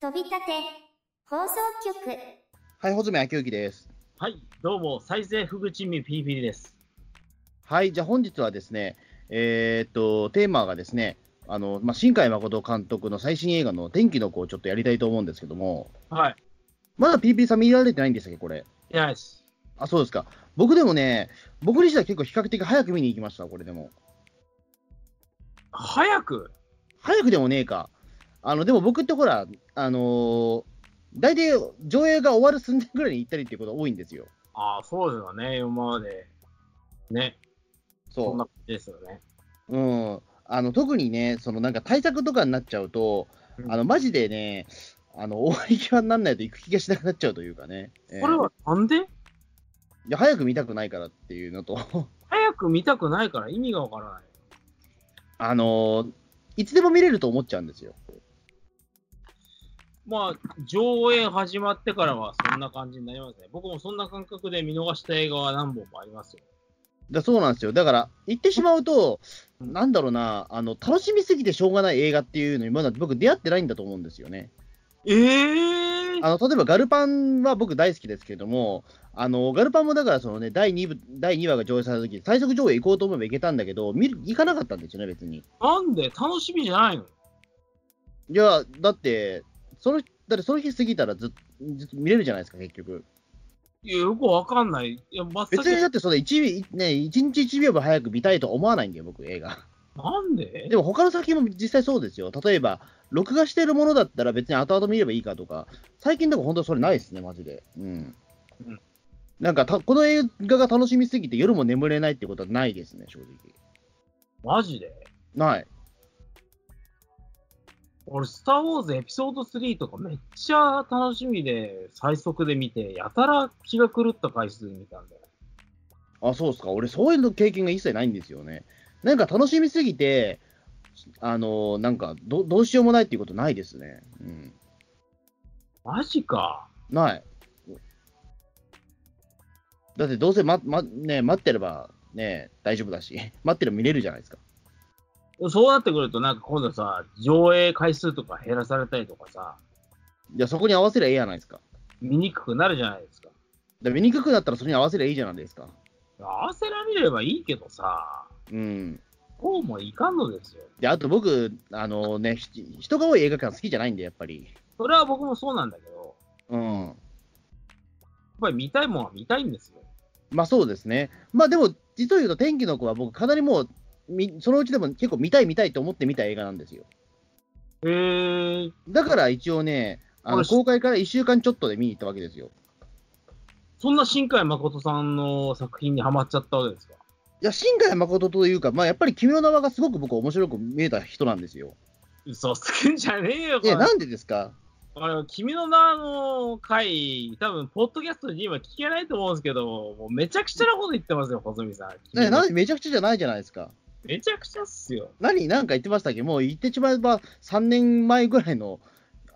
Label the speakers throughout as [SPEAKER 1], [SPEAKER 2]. [SPEAKER 1] 飛び立て放送局
[SPEAKER 2] はい、穂積明之です。
[SPEAKER 3] はい、どうも、再生フグチンミピーピリです。
[SPEAKER 2] はい、じゃあ本日はですね、えーっと、テーマがですね、あの、まあ、新海誠監督の最新映画の天気の子をちょっとやりたいと思うんですけども、
[SPEAKER 3] はい、
[SPEAKER 2] まだ PP さん見られてないんでしたっけ、これ。
[SPEAKER 3] いやです。
[SPEAKER 2] あ、そうですか。僕でもね、僕にしては結構比較的早く見に行きました、これでも。
[SPEAKER 3] 早く
[SPEAKER 2] 早くでもねえか。あの、でも僕ってほら、あのー大体上映が終わる寸前ぐらいに行ったりっていうことが多いんですよ。
[SPEAKER 3] ああ、そうですよね、今まで。ね、
[SPEAKER 2] そう
[SPEAKER 3] そんな感じですよね。
[SPEAKER 2] うん、あの特にね、そのなんか対策とかになっちゃうと、
[SPEAKER 3] うん
[SPEAKER 2] あのマジでね、あの 終わり際にならないと行く気がしなくなっちゃうというかね、えー
[SPEAKER 3] これはなんで
[SPEAKER 2] いや早く見たくないからっていうのと、
[SPEAKER 3] 早く見たくないから意味がわからない。
[SPEAKER 2] あのーいつでも見れると思っちゃうんですよ。
[SPEAKER 3] まあ、上映始まってからはそんな感じになりますね。僕もそんな感覚で見逃した映画は何本もありますよ。
[SPEAKER 2] だそうなんですよだから、行ってしまうと、
[SPEAKER 3] うん
[SPEAKER 2] なんだろうなあの、楽しみすぎてしょうがない映画っていうのに、まだ僕、出会ってないんだと思うんですよね。
[SPEAKER 3] ええー、
[SPEAKER 2] あの例えば、ガルパンは僕大好きですけれども、あのガルパンもだからその、ね、第 2, 部第2話が上映された時に最速上映行こうと思えば行けたんだけど、見る行かなかったんですよね、別に。
[SPEAKER 3] なんで楽しみじゃないの
[SPEAKER 2] いや、だって、そのだってその日過ぎたらずっずっと見れるじゃないですか、結局。
[SPEAKER 3] いやよくわかんない。いや、真っ
[SPEAKER 2] 別に
[SPEAKER 3] 先
[SPEAKER 2] だってその 1, ね、一日1秒も早く見たいとは思わないんだよ、僕、映画。
[SPEAKER 3] なんで
[SPEAKER 2] でも他の作品も実際そうですよ。例えば、録画してるものだったら別に後々見ればいいかとか、最近とか本当それないですね、マジで。うん。
[SPEAKER 3] うん
[SPEAKER 2] なんかた、この映画が楽しみすぎて夜も眠れないってことはないですね、正直。
[SPEAKER 3] マジで
[SPEAKER 2] ない。
[SPEAKER 3] 俺、スター・ウォーズエピソード3とかめっちゃ楽しみで、最速で見て、やたら気が狂った回数見たんだよ。
[SPEAKER 2] あ、そうっすか。俺、そういうの経験が一切ないんですよね。なんか楽しみすぎて、あのなんかど、どうしようもないっていうことないですね。うん。
[SPEAKER 3] マジか。
[SPEAKER 2] ない。だって、どうせ、ま、ま、ね、待ってれば、ね、大丈夫だし、 待ってれば見れるじゃないですか。
[SPEAKER 3] そうなってくると、なんか今度さ、上映回数とか減らされたりとかさ、
[SPEAKER 2] いや、そこに合わせりゃいいやないですか。
[SPEAKER 3] 見にくくなるじゃないですか。
[SPEAKER 2] で見にくくなったらそれに合わせりゃいいじゃないですか。
[SPEAKER 3] 合わせられればいいけどさ、
[SPEAKER 2] うん。
[SPEAKER 3] こうもいかんのですよ。
[SPEAKER 2] で、あと僕、あのね、ひ人が多い映画館好きじゃないんで、やっぱり。
[SPEAKER 3] それは僕もそうなんだけど、やっ
[SPEAKER 2] うん。
[SPEAKER 3] ぱり見たいもんは見たいんですよ。
[SPEAKER 2] まあそうですね。まあでも、実を言うと、天気の子は僕、かなりもう、みそのうちでも結構見たい見たいと思って見た映画なんですよ。
[SPEAKER 3] へえー、
[SPEAKER 2] だから一応ね、あ
[SPEAKER 3] こ
[SPEAKER 2] の
[SPEAKER 3] れ
[SPEAKER 2] 公開から1週間ちょっとで見に行ったわけですよ。
[SPEAKER 3] そんな新海誠さんの作品にハマっちゃったわけですか。
[SPEAKER 2] いや、新海誠というか、まあやっぱり君の名はがすごく僕、面白く見えた人なんですよ。
[SPEAKER 3] 嘘つけんじゃねえよ、こ
[SPEAKER 2] い
[SPEAKER 3] れ
[SPEAKER 2] や、なんでですか
[SPEAKER 3] あの君の名の回、多分ポッドキャストに今聞けないと思うんですけど、もうめちゃくちゃなこと言ってますよ、細見さん。君
[SPEAKER 2] ね
[SPEAKER 3] の
[SPEAKER 2] なんでめちゃくちゃじゃないじゃないですか。
[SPEAKER 3] めちゃくちゃっすよ。
[SPEAKER 2] 何、なんか言ってましたっけもう言ってしまえば3年前ぐらいの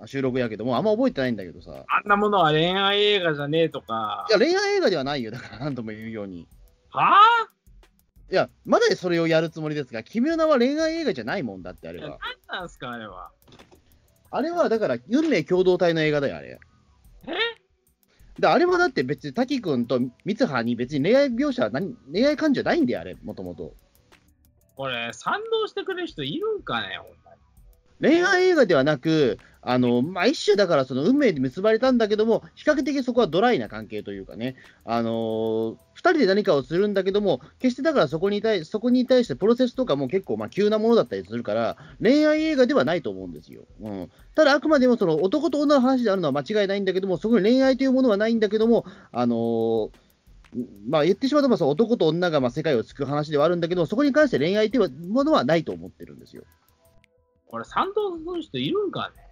[SPEAKER 2] 収録やけども、あんま覚えてないんだけどさ。い
[SPEAKER 3] あんなものは恋愛映画じゃねえとか。
[SPEAKER 2] や、恋愛映画ではないよ。だから何とも言うように。
[SPEAKER 3] はぁ
[SPEAKER 2] いや、まだそれをやるつもりですが、君の名は恋愛映画じゃないもんだって、あれは。
[SPEAKER 3] 何なんすか、あれは。
[SPEAKER 2] あれはだから、運命共同体の映画だよ、あれ。
[SPEAKER 3] え
[SPEAKER 2] であれはだって別に滝君と三葉に別に恋愛描写は何、恋愛感情ないんだよ、あれ、もともと。
[SPEAKER 3] これ、賛同してくれる人いるんかね、ほんまに。
[SPEAKER 2] 恋愛映画ではなく、あのまあ、一種だからその運命で結ばれたんだけども、比較的そこはドライな関係というかね、あのー、2人で何かをするんだけども、決してだからそこに対そこに対してプロセスとかも結構まあ急なものだったりするから、恋愛映画ではないと思うんですよ。うん、ただ、あくまでもその男と女の話であるのは間違いないんだけども、そこに恋愛というものはないんだけども、あのーまあ、言ってしまうとまあそう男と女がまあ世界を救う話ではあるんだけども、そこに関して恋愛というものはないと思ってるんですよ。
[SPEAKER 3] これ、賛同する人いるんかね。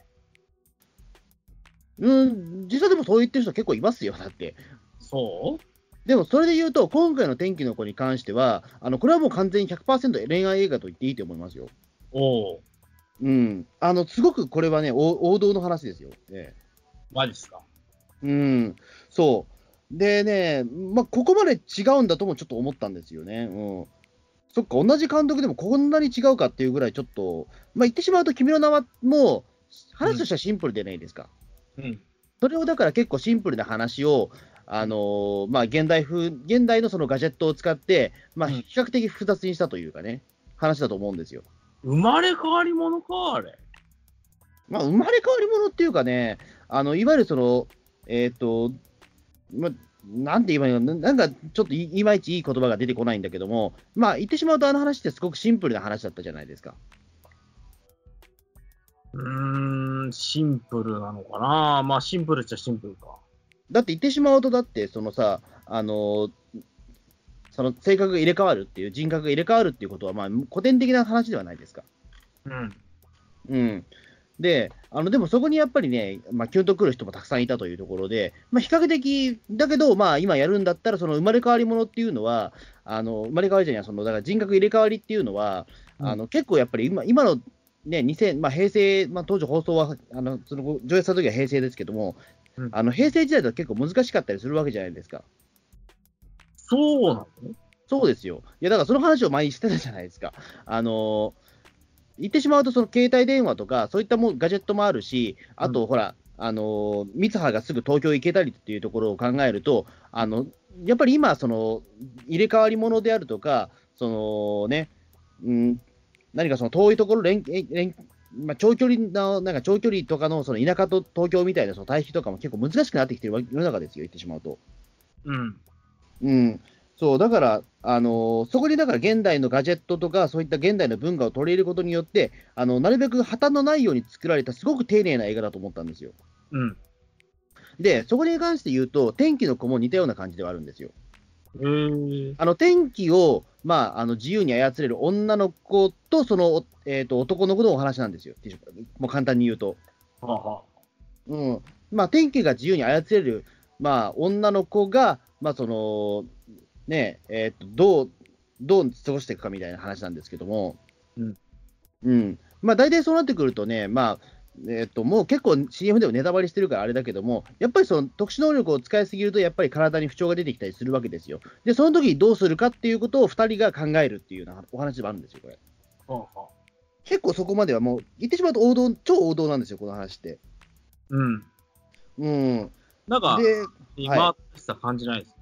[SPEAKER 2] うん、実際でもそう言ってる人結構いますよ、だって。
[SPEAKER 3] そう
[SPEAKER 2] でもそれで言うと、今回の天気の子に関しては、あのこれはもう完全に100%恋愛映画と言っていいと思いますよ。
[SPEAKER 3] おう
[SPEAKER 2] うん、あのすごくこれはね、お王道の話ですよ。え
[SPEAKER 3] マジっすか。
[SPEAKER 2] え、うん、そう。でね、まあ、ここまで違うんだともちょっと思ったんですよね。うんそっか、同じ監督でもこんなに違うかっていうぐらい、ちょっと、まあ、言ってしまうと、君の名はもう、話としてはシンプルじゃないですか。
[SPEAKER 3] うん。
[SPEAKER 2] それをだから結構シンプルな話を、あのーまあ、現代風、現代のそのガジェットを使って、まあ、
[SPEAKER 3] うん
[SPEAKER 2] 比較的複雑にしたというかね、話だと思うんですよ。
[SPEAKER 3] 生まれ変わり者か、あれ。
[SPEAKER 2] まあ、生まれ変わり者っていうかね、あのいわゆるその、えっ、と、まなんて言えばいいのななんかちょっといいまいちいい言葉が出てこないんだけども、まあ言ってしまうとあの話ってすごくシンプルな話だったじゃないですか。
[SPEAKER 3] うーん、シンプルなのかな。まあ、シンプルっちゃシンプルか。
[SPEAKER 2] だって言ってしまうと、だってそのさ、あのその性格が入れ替わるっていう、人格が入れ替わるっていうことは、まあ、古典的な話ではないですか。
[SPEAKER 3] うん。
[SPEAKER 2] うん、であのでもそこにやっぱりね、まあ、キュンとくる人もたくさんいたというところで、まあ、比較的、だけど、まあ、今やるんだったら、その生まれ変わりものっていうのは、あの生まれ変わりじゃない、そのだから人格入れ替わりっていうのは、
[SPEAKER 3] うん
[SPEAKER 2] あの結構やっぱり今今の、ね2000まあ、平成、まあ、当時放送はあのその上映した時は平成ですけども、
[SPEAKER 3] うん
[SPEAKER 2] あの平成時代だと結構難しかったりするわけじゃないですか。
[SPEAKER 3] そうなの
[SPEAKER 2] そうですよ。いや、だからその話を前にしてたじゃないですか。あのー言ってしまうと、その携帯電話とか、そういったもんガジェットもあるし、あと、ほら、あのー、三葉がすぐ東京行けたりっていうところを考えると、あの、やっぱり今、その、入れ替わり者であるとか、そのね、うん、何かその遠いところ、連え連まあ、長距離の、なんか長距離とかの、その田舎と東京みたいなその対比とかも結構難しくなってきてるわ世の中ですよ、言ってしまうと。
[SPEAKER 3] うん。
[SPEAKER 2] うん、そうだから、あのーそこにだから現代のガジェットとか、そういった現代の文化を取り入れることによって、あのなるべく破綻のないように作られた、すごく丁寧な映画だと思ったんですよ。
[SPEAKER 3] うん。
[SPEAKER 2] で、そこに関して言うと、天気の子も似たような感じではあるんですよ。
[SPEAKER 3] えー、
[SPEAKER 2] あの天気を、まあ、あの自由に操れる女の子と、その、えー、と男の子のお話なんですよ、もう簡単に言うと。
[SPEAKER 3] はあは
[SPEAKER 2] うんまあ、天気が自由に操れる、まあ、女の子が、まあそのねええーとどうどう過ごしていくかみたいな話なんですけども、
[SPEAKER 3] うん
[SPEAKER 2] うんまあ、大体そうなってくるとね、まあえー、ともう結構 CM でもネタバレしてるからあれだけども、やっぱりその特殊能力を使いすぎると、やっぱり体に不調が出てきたりするわけですよ。で、その時にどうするかっていうことを2人が考えるっていうようなお話でもあるんですよ、これ。
[SPEAKER 3] あはあはあ。
[SPEAKER 2] 結構そこまではもう、言ってしまうと王道、超王道なんですよ、この話って。
[SPEAKER 3] うん。
[SPEAKER 2] うん、
[SPEAKER 3] なんか、
[SPEAKER 2] で
[SPEAKER 3] 今、した感じないですね。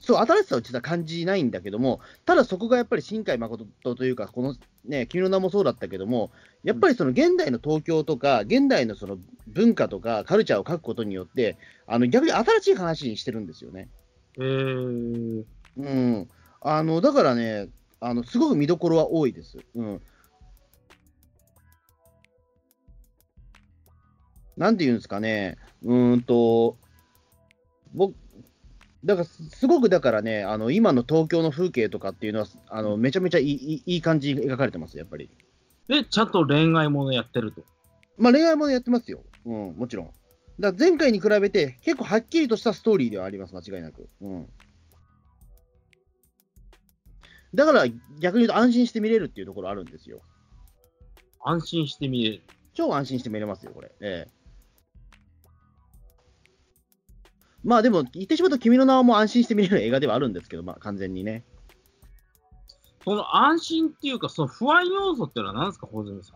[SPEAKER 2] そう、新しさを実は感じないんだけども、ただそこがやっぱり新海誠というか、このね、君の名もそうだったけども、やっぱりその現代の東京とか、現代のその文化とかカルチャーを書くことによって、あの逆に新しい話にしてるんですよね。
[SPEAKER 3] えー、
[SPEAKER 2] うん。あの、だからね、あの、すごく見どころは多いです。うん。なんていうんですかね、うーんと、僕、だからすすごくだからね、あの今の東京の風景とかっていうのは、あのめちゃめちゃいいいいいい感じに描かれてます、やっぱり。
[SPEAKER 3] で、ちゃんと恋愛ものやってると。
[SPEAKER 2] まあ、恋愛もやってますよ、うん、もちろん。だから前回に比べて、結構はっきりとしたストーリーではあります、間違いなく。うん、だから逆に言うと、安心して見れるっていうところあるんですよ。
[SPEAKER 3] 安心して見れる。
[SPEAKER 2] 超安心して見れますよ、これ。ええまあでも、言ってしまうと、君の名はもう安心して見れる映画ではあるんですけど、まあ完全にね。
[SPEAKER 3] その安心っていうか、その不安要素っていうのは何ですか、穂積さ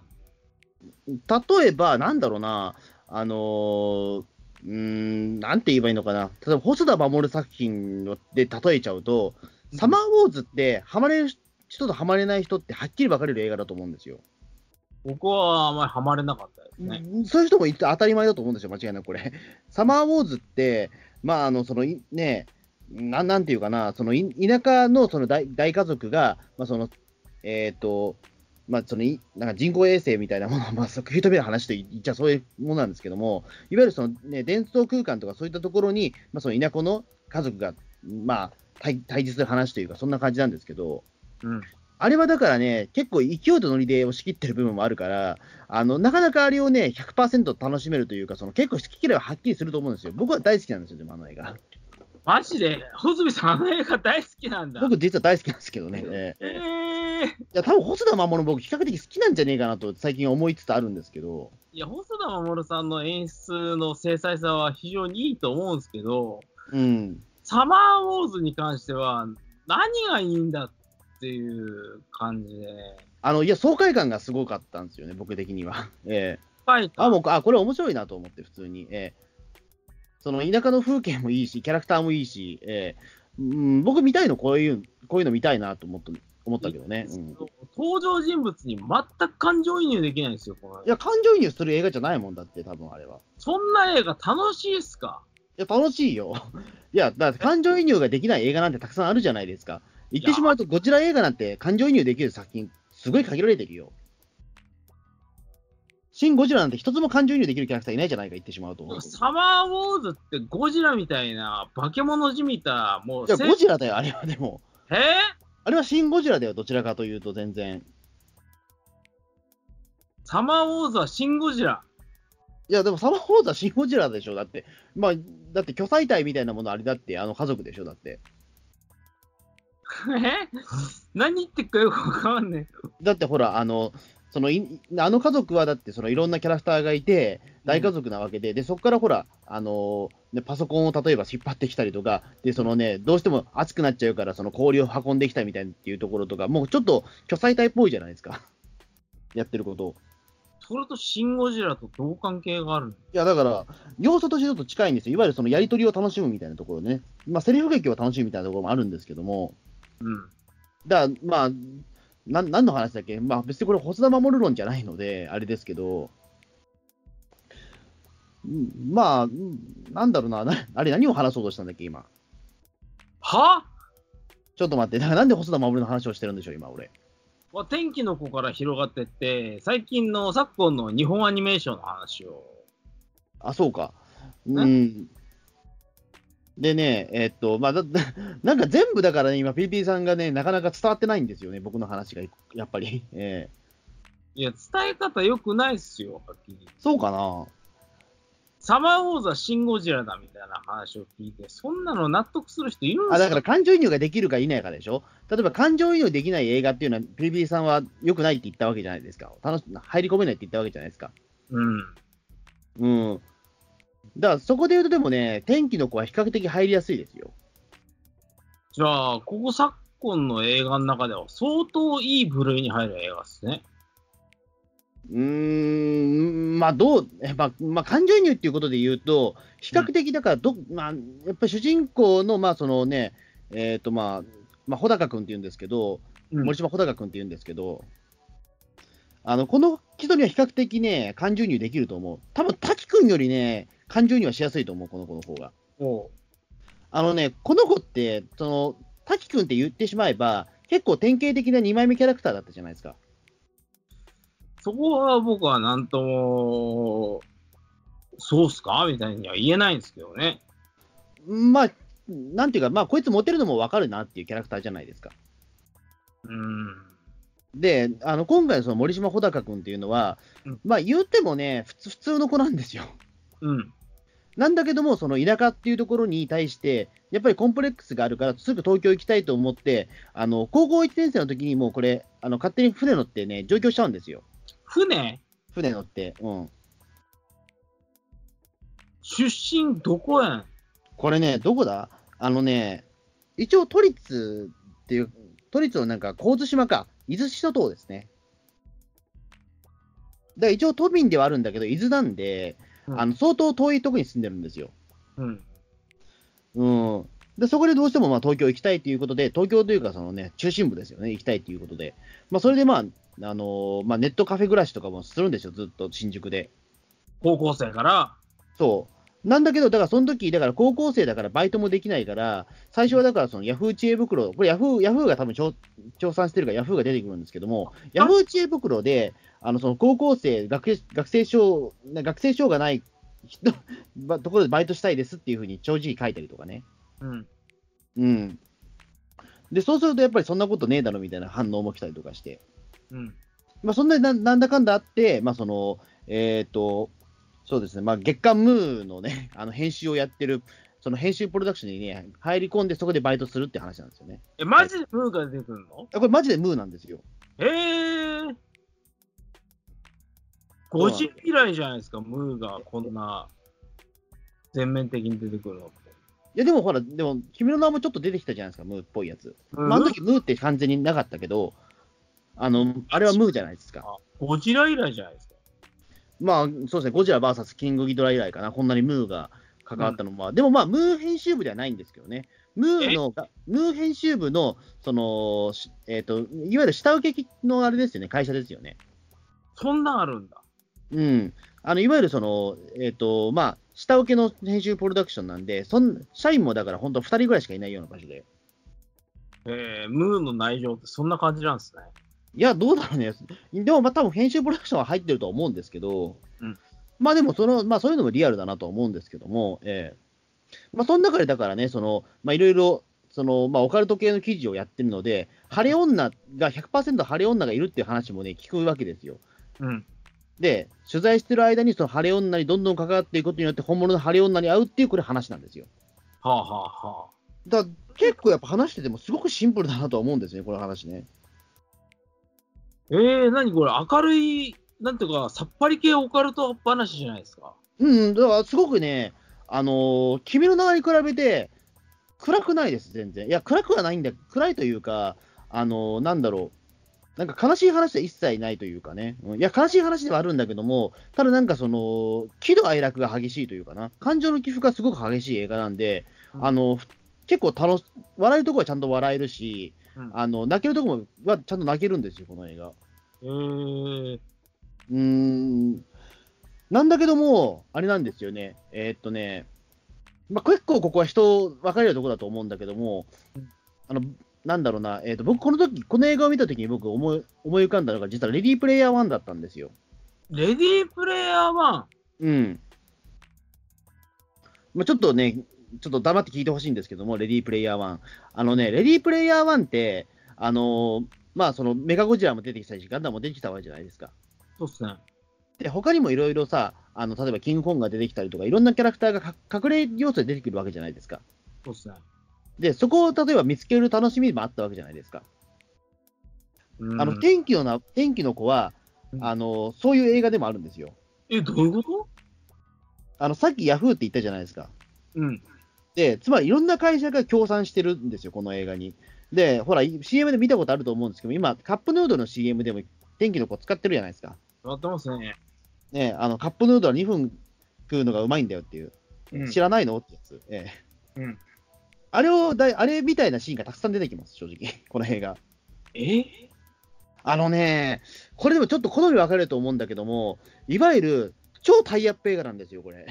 [SPEAKER 3] ん。
[SPEAKER 2] 例えば、なんだろうな、あのーうーん、なんて言えばいいのかな、例えば細田守作品で例えちゃうと、サマーウォーズって、ハマれる人とハマれない人ってはっきり分かれる映画だと思うんですよ。
[SPEAKER 3] 僕はあまりハマれなかったですね。
[SPEAKER 2] そういう人もいて当たり前だと思うんですよ、間違いなくこれ。 サマーウォーズって、まあ、あのそのいねなん、なんていうかな、そのい田舎のその大大家族が、まあそのえーとまあ、そのいなんか人工衛星みたいなものを、まあ、 そ食い止める話と言っちゃそういうものなんですけども、いわゆるその、ね、伝統空間とかそういったところに、まあ、その田舎の家族が、まあ、対対峙する話というか、そんな感じなんですけど。
[SPEAKER 3] うん。
[SPEAKER 2] あれはだからね、結構勢いとノリで押し切ってる部分もあるから、あのなかなかあれをね、100%楽しめるというか、その結構好き嫌いははっきりすると思うんですよ。僕は大好きなんですよ、でもあの映画。
[SPEAKER 3] マジで、穂積さん、あの映画大好きなんだ。
[SPEAKER 2] 僕、実は大好きなんですけどね。え
[SPEAKER 3] えー、
[SPEAKER 2] えいや、多分細田守の僕、比較的好きなんじゃねえかなと最近思いつつあるんですけど、
[SPEAKER 3] いや、細田守さんの演出の精細さは非常にいいと思うんですけど、
[SPEAKER 2] うん、
[SPEAKER 3] サマーウォーズに関しては、何がいいんだっていう感じでね。
[SPEAKER 2] あのいや、爽快感がすごかったんですよね、僕的には。ええ
[SPEAKER 3] ぱいいた
[SPEAKER 2] あ、もう、あ、これ面白いなと思って、普通に。ええその田舎の風景もいいし、キャラクターもいいし、ええうん、僕見たいの、こういう、こういうの見たいなと思った思ったけどね。うん、い
[SPEAKER 3] 登場人物に全く感情移入できないんですよ、この
[SPEAKER 2] や、感情移入する映画じゃないもんだって、多分あれは。
[SPEAKER 3] そんな映画楽しいっすか
[SPEAKER 2] いや、楽しいよ。 いや、だって感情移入ができない映画なんてたくさんあるじゃないですか。言ってしまうと、ゴジラ映画なんて感情移入できる作品、すごい限られてるよ。シン・ゴジラなんて一つも感情移入できるキャラクターいないじゃないか、言ってしまうと。い
[SPEAKER 3] サマーウォーズってゴジラみたいな化け物じみた、もう
[SPEAKER 2] や、
[SPEAKER 3] せ
[SPEAKER 2] ゴジラだよ、あれはでも。
[SPEAKER 3] えー
[SPEAKER 2] あれはシン・ゴジラだよ、どちらかというと、全然。
[SPEAKER 3] サマーウォーズはシン・ゴジラ。
[SPEAKER 2] いや、でもサマーウォーズはシン・ゴジラでしょ、だって。まあ、だって、巨彩隊みたいなもの、あれだって、あの家族でしょ、だって。
[SPEAKER 3] え 何言ってっかよくわかんね
[SPEAKER 2] だってほら、あの、そのいあの家族はだってそのいろんなキャラクターがいて、大家族なわけで、でそこからほら、あのね、パソコンを例えば引っ張ってきたりとか、でそのね、どうしても熱くなっちゃうから、その氷を運んできたみたいなっていうところとか、もうちょっと巨彩体っぽいじゃないですか、やってることを。
[SPEAKER 3] え。それとシン・ゴジラとどう関係があるの
[SPEAKER 2] いやだから、要素としてちょっと近いんですよ、いわゆるそのやり取りを楽しむみたいなところね、まあ、セリフ劇を楽しむみたいなところもあるんですけども、
[SPEAKER 3] うん。
[SPEAKER 2] だからまあ、なん何の話だっけ、まあ、別にこれ、細田守論じゃないので、あれですけど、うんまあ、うんなんだろうな、なあれ、何を話そうとしたんだっけ、今。
[SPEAKER 3] は
[SPEAKER 2] ちょっと待って、だからなんで細田守の話をしてるんでしょう、今、俺。
[SPEAKER 3] は天気の子から広がってって、最近の昨今の日本アニメーションの話を。
[SPEAKER 2] あ、そうか。うん。でね、えっと、まあ、だ なんか全部だからね、今、PP さんがね、なかなか伝わってないんですよね、僕の話が、やっぱり。ええ
[SPEAKER 3] いや、伝え方良くないっすよ、はっきり言って。
[SPEAKER 2] そうかな。
[SPEAKER 3] サマーウォーズはシン・ゴジラだみたいな話を聞いて、そんなの納得する人いるんで
[SPEAKER 2] あ
[SPEAKER 3] す
[SPEAKER 2] だから感情移入ができるか否かでしょ、例えば感情移入できない映画っていうのは、PB さんは良くないって言ったわけじゃないですか、楽し入り込めないって言ったわけじゃないですか。
[SPEAKER 3] うん。
[SPEAKER 2] うん、だからそこで言うと、でもね、天気の子は比較的入りやすいですよ。
[SPEAKER 3] じゃあ、ここ昨今の映画の中では相当いい部類に入る映画ですね。
[SPEAKER 2] うーん、まあどう、えまあまあ、感情移入っていうことで言うと、比較的だからど、まあ、やっぱり主人公の、まあそのね、えっ、とまあ、まあ、穂高君っていうんですけど、森島穂高君って言うんですけど、あのこの人には比較的ね、感情移入できると思う。多分滝君よりね、感情移入はしやすいと思う、この子の方が。
[SPEAKER 3] おう
[SPEAKER 2] あのね、この子って、その滝君って言ってしまえば、結構典型的な2枚目キャラクターだったじゃないですか。
[SPEAKER 3] そこは僕はなんとも、そうっすかみたいには言えないんですけどね。
[SPEAKER 2] まあ、なんていうか、まあ、こいつモテるのもわかるなっていうキャラクターじゃないですか。
[SPEAKER 3] うん。
[SPEAKER 2] で、あの今回のその森島穂高君っていうのは、
[SPEAKER 3] うん
[SPEAKER 2] まあ言うてもね、普通普通の子なんですよ。
[SPEAKER 3] うん。
[SPEAKER 2] なんだけども、その田舎っていうところに対して、やっぱりコンプレックスがあるから、すぐ東京行きたいと思って、あの高校1年生の時に、もうこれ、あの勝手に船乗ってね、上京しちゃうんですよ、
[SPEAKER 3] 船
[SPEAKER 2] 船乗って。うん、
[SPEAKER 3] 出身どこやん
[SPEAKER 2] これね、どこだあのね、一応、都立っていう、都立のなんか、神津島か、伊豆諸島ですね。だから一応、都民ではあるんだけど、伊豆なんで、
[SPEAKER 3] うん
[SPEAKER 2] あの相当遠いとこに住んでるんですよ。
[SPEAKER 3] うん。
[SPEAKER 2] うん、でそこでどうしてもまあ東京行きたいということで、東京というかその、ね、中心部ですよね、行きたいということで、まあ、それで、まああのーまあ、ネットカフェ暮らしとかもするんですよ、ずっと新宿で。
[SPEAKER 3] 高校生から、
[SPEAKER 2] そうなんだけど、だからその時だから高校生だからバイトもできないから、最初はだからそのヤフー知恵袋、これヤフー、ヤフーが多分調調査してるから、ヤフーが出てくるんですけども、ヤフー知恵袋で、あのその高校生学、学生証、学生証がない人 ばところでバイトしたいですっていうふうに、正直書いたりとかね。
[SPEAKER 3] うん。
[SPEAKER 2] うん。で、そうするとやっぱりそんなことねえだろみたいな反応も来たりとかして、
[SPEAKER 3] うん。
[SPEAKER 2] まあ、そんなにななんだかんだあって、まあ、その、えっ、と、そうですね、まあ、月刊ムーのね、 あの編集をやってる、その編集プロダクションにね、入り込んで、そこでバイトするって話なんですよね。
[SPEAKER 3] え、マジでムーが出てくるの
[SPEAKER 2] あこれ、マジでムーなんですよ。
[SPEAKER 3] ええ。50以来じゃないですか、ムーがこんな全面的に出てくるのって。
[SPEAKER 2] いや、でもほら、でも、君の名もちょっと出てきたじゃないですか、ムーっぽいやつ。まあ、あの
[SPEAKER 3] ムー
[SPEAKER 2] 時、ムーって完全になかったけど、あの、あれはムーじゃないですか。
[SPEAKER 3] ゴジラ以来じゃないですか。
[SPEAKER 2] まあ、そうですね、ゴジラ VS キングギドラ以来かな、こんなにムーが関わったのは、でもまあ、ムー編集部ではないんですけどね、ムーの、ムー編集部の、その、しえっ、と、いわゆる下請けのあれですよね、会社ですよね。
[SPEAKER 3] そんなんあるんだ。
[SPEAKER 2] うん。あの、いわゆるその、えっ、と、まあ、下請けの編集プロダクションなんで、そん社員もだから本当2人ぐらいしかいないような場所で。
[SPEAKER 3] えー、ムーの内情ってそんな感じなんですね。
[SPEAKER 2] いや、どうだろうね。でも、まあ、多分編集プロダクションは入ってるとは思うんですけど、
[SPEAKER 3] うん
[SPEAKER 2] まあでもその、まあ、そういうのもリアルだなとは思うんですけども、ええまあ、その中でだからね、そのまあいろいろ、そのまあ、オカルト系の記事をやってるので、晴れ女が100%晴れ女がいるっていう話もね、聞くわけですよ。
[SPEAKER 3] うん。
[SPEAKER 2] で、取材してる間に、その晴れ女にどんどん関わっていくことによって、本物の晴れ女に会うっていう、これ話なんですよ。
[SPEAKER 3] はあはあはあ。
[SPEAKER 2] だ結構やっぱ話してても、すごくシンプルだなとは思うんですね、この話ね。
[SPEAKER 3] えー、何これ、明るい、なんていうか、さっぱり系オカルト話じゃないですか。
[SPEAKER 2] うん、だからすごくね、あのー君の名はに比べて、暗くないです、全然。いや、暗くはないんだ、暗いというか、あのーなんだろう、なんか悲しい話は一切ないというかね、うんいや、悲しい話ではあるんだけども、ただなんかその、喜怒哀楽が激しいというかな、感情の起伏がすごく激しい映画なんで、
[SPEAKER 3] うん
[SPEAKER 2] あのふ結構楽し、笑えるところはちゃんと笑えるし、
[SPEAKER 3] うん
[SPEAKER 2] あの泣けるところはちゃんと泣けるんですよ、この映画。
[SPEAKER 3] えー、
[SPEAKER 2] うーんなんだけども、あれなんですよね、えーっとね、まあ、結構ここは人分かれるところだと思うんだけども
[SPEAKER 3] うん、
[SPEAKER 2] あのなんだろうな、えーっと僕、この時この映画を見た時に僕思い、思い浮かんだのが、実はレディープレイヤー1だったんですよ。
[SPEAKER 3] レディープレイヤー1。
[SPEAKER 2] うんまあ、ちょっとね、ちょっと黙って聞いてほしいんですけども、レディープレイヤー1。あのね、レディープレイヤー1って、あのーまあ、そのメガゴジラも出てきたし、ガンダムも出てきたわけじゃないですか。
[SPEAKER 3] そうっすね。
[SPEAKER 2] で他にもいろいろさあの、例えばキングコングが出てきたりとか、いろんなキャラクターがか隠れ要素で出てくるわけじゃないですか。
[SPEAKER 3] そうっすね。
[SPEAKER 2] で、そこを例えば見つける楽しみもあったわけじゃないですか。
[SPEAKER 3] うん
[SPEAKER 2] あの天気のな天気の子は
[SPEAKER 3] うん
[SPEAKER 2] あの、そういう映画でもあるんですよ。
[SPEAKER 3] え、どういうこと
[SPEAKER 2] あのさっきヤフーって言ったじゃないですか。
[SPEAKER 3] うん。
[SPEAKER 2] で、つまりいろんな会社が協賛してるんですよ、この映画に。で、ほら、い CM で見たことあると思うんですけど、今、カップヌードルの CM でも天気の子使ってるじゃないですか。
[SPEAKER 3] やってますね。
[SPEAKER 2] ね、あのカップヌードルは2分食うのがうまいんだよっていう、
[SPEAKER 3] うん
[SPEAKER 2] 知らないのってやつ。ええ
[SPEAKER 3] うん、
[SPEAKER 2] あれをだい、あれみたいなシーンがたくさん出てきます、正直、 この映画。
[SPEAKER 3] え
[SPEAKER 2] あのね、これでもちょっと好み分かれると思うんだけども、いわゆる超タイアップ映画なんですよ、これ。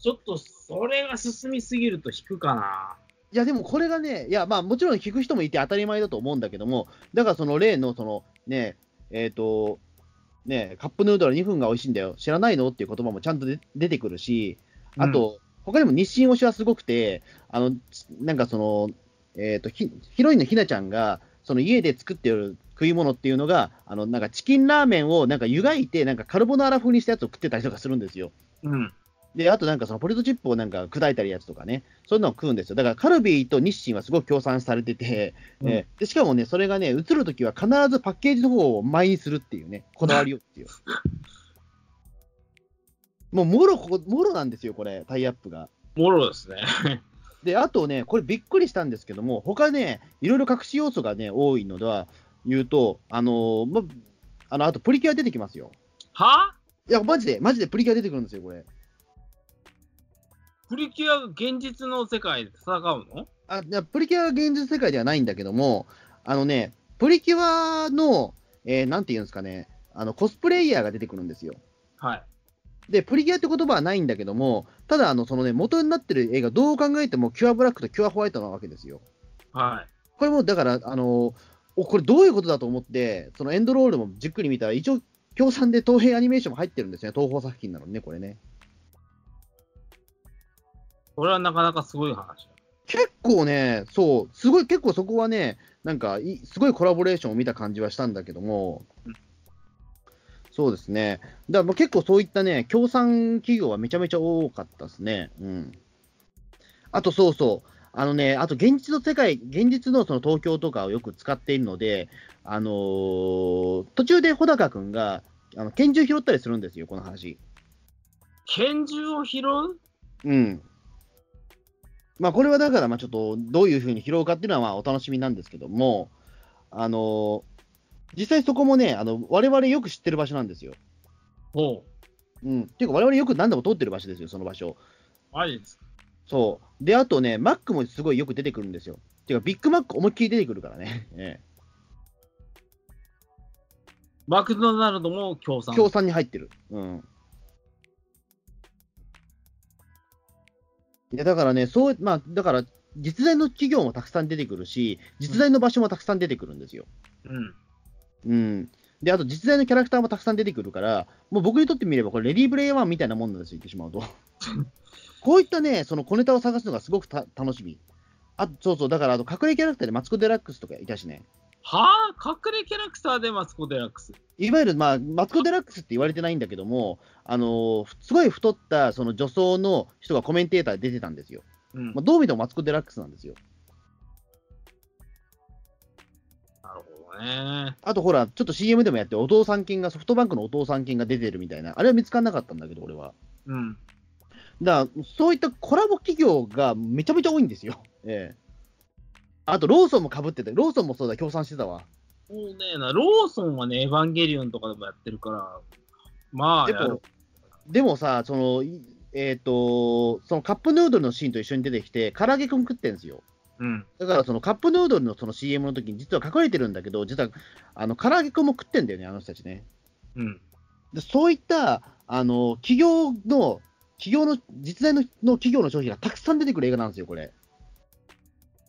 [SPEAKER 3] ちょっと、それが進みすぎると引くかな。
[SPEAKER 2] いや、でもこれがね、いや、まあもちろん聞く人もいて当たり前だと思うんだけども、だからその例の、そのね、えっ、と、ね、カップヌードル2分が美味しいんだよ、知らないのっていう言葉もちゃんとで出てくるし、あと、他にも日清推しはすごくて、あの、なんかその、えっ、とひ、ヒロインのひなちゃんが、その家で作ってる食い物っていうのが、あの、なんかチキンラーメンをなんか湯がいて、なんかカルボナーラ風にしたやつを食ってたりとかするんですよ。
[SPEAKER 3] うん、うん。
[SPEAKER 2] で、あとなんかそのポテトチップをなんか砕いたりやつとかね、そういうのを食うんですよ。だからカルビーと日清はすごく協賛されてて、
[SPEAKER 3] うん
[SPEAKER 2] えーでしかもね、それがね、映るときは必ずパッケージの方を前にするっていうね、こだわりをっていう。 もうもろこ、もろなんですよ、これ、タイアップが。
[SPEAKER 3] もろですね。
[SPEAKER 2] で、あとね、これびっくりしたんですけども、他ね、いろいろ隠し要素がね、多いのでは、言うと、あのーま、あの、あとプリキュア出てきますよ。
[SPEAKER 3] はい
[SPEAKER 2] や、マジで、マジでプリキュア出てくるんですよ、これ。
[SPEAKER 3] プリキュアが現実の世界で戦うの
[SPEAKER 2] あいやプリキュアは現実世界ではないんだけども、あのね、プリキュアの、えーなんていうんですかね、あのコスプレイヤーが出てくるんですよ。
[SPEAKER 3] はい。
[SPEAKER 2] で、プリキュアって言葉はないんだけども、ただ、あのそのね、元になってる映画、どう考えても、キュアブラックとキュアホワイトなわけですよ。
[SPEAKER 3] はい。
[SPEAKER 2] これもだから、あのおこれどういうことだと思って、そのエンドロールもじっくり見たら、一応、協賛で東映アニメーションも入ってるんですね、東宝作品なのにね、これね。
[SPEAKER 3] これはなかなかすごい話。
[SPEAKER 2] 結構ね、そう、すごい、結構そこはね、なんかい、すごいコラボレーションを見た感じはしたんだけども
[SPEAKER 3] うん、
[SPEAKER 2] そうですね、だからもう結構そういったね、協賛企業はめちゃめちゃ多かったですね。うん。あと、そうそう、あのね、あと現実の世界、現実のその東京とかをよく使っているので、あのー途中で穂高君があの拳銃拾ったりするんですよ、この話。
[SPEAKER 3] 拳銃を拾う
[SPEAKER 2] うん。まあ、これはだから、まあ、ちょっと、どういうふうに拾うかっていうのは、まあ、お楽しみなんですけども、あのー実際そこもね、あの、我々よく知ってる場所なんですよ。
[SPEAKER 3] ほう。
[SPEAKER 2] うん。っていうか、我々よく何度も通ってる場所ですよ、その場所。
[SPEAKER 3] マジですか。
[SPEAKER 2] そう。で、あとね、マックもすごいよく出てくるんですよ。っていうか、ビッグマック思いっきり出てくるからね。 え
[SPEAKER 3] マクドナルドも協
[SPEAKER 2] え
[SPEAKER 3] 賛。
[SPEAKER 2] 協賛に入ってる。うん。いや、だからね、そう、まあ、だから、実在の企業もたくさん出てくるし、実在の場所もたくさん出てくるんですよ。
[SPEAKER 3] うん。
[SPEAKER 2] うん。で、あと実在のキャラクターもたくさん出てくるから、もう僕にとってみれば、これ、レディープレイヤー1みたいなもんなんですよ、言ってしまうと。こういったね、その小ネタを探すのがすごくた楽しみ。あそうそう、だから、あと隠れキャラクターでマツコ・デラックスとかいたしね。
[SPEAKER 3] はあ隠れキャラクターでマツコ・デラックス。
[SPEAKER 2] いわゆる、まあ、マツコ・デラックスって言われてないんだけども、あのーすごい太ったその女装の人がコメンテーターで出てたんですよ。
[SPEAKER 3] うん。
[SPEAKER 2] まあ、どう見てもマツコ・デラックスなんですよ。
[SPEAKER 3] なるほどね。
[SPEAKER 2] あと、ほら、ちょっと CM でもやって、お父さん犬が、ソフトバンクのお父さん犬が出てるみたいな、あれは見つからなかったんだけど、俺は。
[SPEAKER 3] うん。
[SPEAKER 2] だからそういったコラボ企業がめちゃめちゃ多いんですよ。ええ、あと、ローソンもかぶってて、ローソンもそうだ、協賛してたわ。
[SPEAKER 3] そうねえな。ローソンはね、エヴァンゲリオンとかでもやってるから、まあ
[SPEAKER 2] で
[SPEAKER 3] やる
[SPEAKER 2] も、でもさ、その、いえっ、と、そのカップヌードルのシーンと一緒に出てきて、唐揚げくん食ってんですよ。
[SPEAKER 3] うん。
[SPEAKER 2] だから、そのカップヌードルのその CM の時に、実は隠れてるんだけど、実は、あの、唐揚げくんも食ってんだよね、あの人たちね。
[SPEAKER 3] うん。
[SPEAKER 2] でそういった、あの、企業の、企業の、実在のの企業の商品がたくさん出てくる映画なんですよ、これ。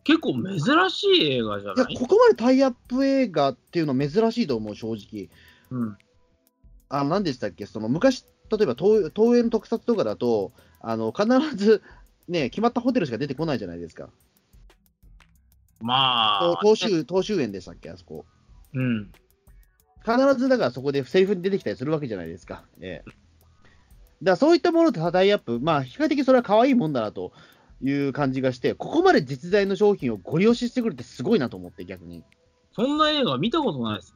[SPEAKER 3] 結構珍しい映画じゃ
[SPEAKER 2] いや、
[SPEAKER 3] ない
[SPEAKER 2] ここまでタイアップ映画っていうの珍しいと思う、正直。
[SPEAKER 3] うん。
[SPEAKER 2] あの、何でしたっけ、その昔、例えば東東映の特撮とかだと、あの必ず、ね、決まったホテルしか出てこないじゃないですか。
[SPEAKER 3] まあ、
[SPEAKER 2] 東州東州園でしたっけ、あそこ。
[SPEAKER 3] うん。
[SPEAKER 2] 必ずだからそこでセリフに出てきたりするわけじゃないですか。ええ、だからそういったものとタイアップ、まあ、比較的それは可愛いもんだなという感じがして、ここまで実在の商品をご利用ししてくれてすごいなと思って、逆に。
[SPEAKER 3] そんな映画見たことないです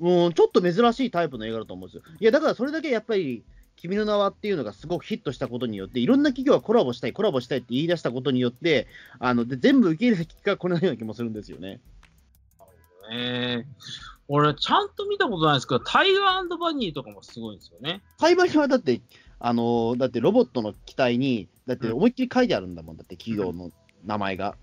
[SPEAKER 3] もんね。
[SPEAKER 2] うん、ちょっと珍しいタイプの映画だと思うんですよ。いや、だからそれだけやっぱり、君の名はっていうのがすごくヒットしたことによって、いろんな企業がコラボしたい、コラボしたいって言い出したことによって、あので全部受け入れた結果、このような気もするんですよね。
[SPEAKER 3] ええ俺、ちゃんと見たことないですけど、タイガーバニーとかもすごいんですよね。
[SPEAKER 2] 裁判所はだって、あのだってロボットの機体に、だって思いっきり書いてあるんだもん、だって企業の名前が。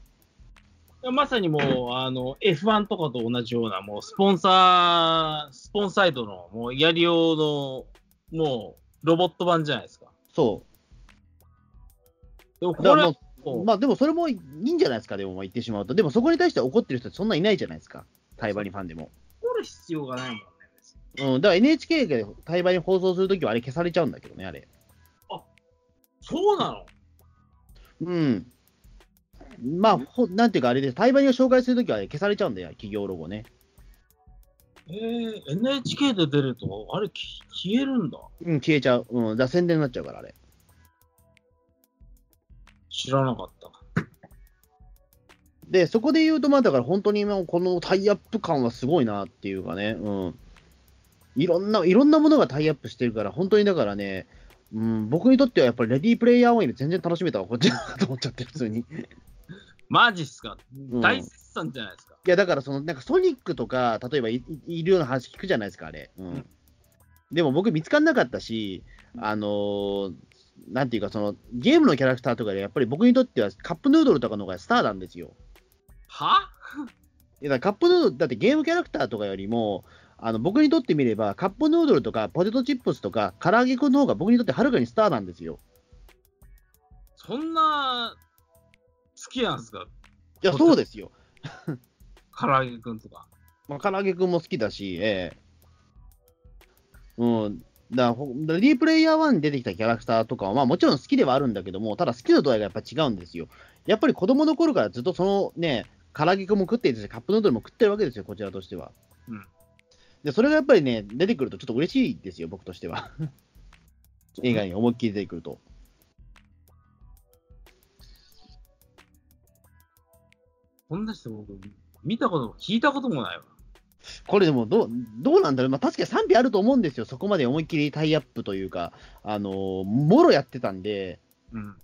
[SPEAKER 3] まさにもう、あの、F1 とかと同じような、もう、スポンサー、スポンサイドの、もう、やりようの、もう、ロボット版じゃないですか。
[SPEAKER 2] そ
[SPEAKER 3] でも、こ
[SPEAKER 2] う。
[SPEAKER 3] れ
[SPEAKER 2] だからも
[SPEAKER 3] は
[SPEAKER 2] う
[SPEAKER 3] こう、
[SPEAKER 2] まあでもそれもいいんじゃないですか、でもまあ言ってしまうと。でもそこに対して怒ってる人ってそんないないじゃないですか、裁判にファンでも。
[SPEAKER 3] 怒る必要がないもんね。別に
[SPEAKER 2] うん、だから NHK で対話に放送するときはあれ消されちゃうんだけどね、あれ。
[SPEAKER 3] そうなの
[SPEAKER 2] うん。まあ、ほなんていうか、あれです、対話を紹介するときは消されちゃうんだよ、企業ロゴね。
[SPEAKER 3] ええ NHK で出ると、あれ、き消えるんだ。
[SPEAKER 2] うん、消えちゃう。うん、だから宣伝になっちゃうから、あれ。
[SPEAKER 3] 知らなかった。
[SPEAKER 2] で、そこで言うと、まあ、だから本当に今、このタイアップ感はすごいなっていうかね、うん。いろんな、いろんなものがタイアップしてるから、本当にだからね、うん、僕にとってはやっぱりレディープレイヤー1より全然楽しめたわ、こっちだなと思っちゃって、普通に。
[SPEAKER 3] マジっすか、
[SPEAKER 2] ん
[SPEAKER 3] 大絶賛じゃないですか。
[SPEAKER 2] いや、だから、その、なんかソニックとか、例えばい、いいるような話聞くじゃないですか、あれ。うん。
[SPEAKER 3] うん
[SPEAKER 2] でも僕見つかんなかったし、あのーなんていうか、その、ゲームのキャラクターとかで、やっぱり僕にとってはカップヌードルとかの方がスターなんですよ。
[SPEAKER 3] はい
[SPEAKER 2] や、だからカップヌードル、だってゲームキャラクターとかよりも、あの、僕にとってみれば、カップヌードルとか、ポテトチップスとか、唐揚げくんの方が僕にとってはるかにスターなんですよ。
[SPEAKER 3] そんな、好きなんですか
[SPEAKER 2] いや、そうですよ。
[SPEAKER 3] 唐揚げくんとか。
[SPEAKER 2] まあ、唐揚げくんも好きだし、ええうん。だからほだからリープレイヤー1に出てきたキャラクターとかは、まあもちろん好きではあるんだけども、ただ好きの度合いがやっぱ違うんですよ。やっぱり子供の頃からずっとそのね、唐揚げくんも食っているし、カップヌードルも食ってるわけですよ、こちらとしては。
[SPEAKER 3] うん
[SPEAKER 2] で、それがやっぱりね、出てくるとちょっと嬉しいですよ、僕としては。映画に思いっきり出てくると。
[SPEAKER 3] こんな人僕、見たことも聞いたこともないわ。
[SPEAKER 2] これでもどう、どうなんだろう、まあ、確かに賛否あると思うんですよ、そこまで思いっきりタイアップというか、あのーもろやってたんで、
[SPEAKER 3] うん。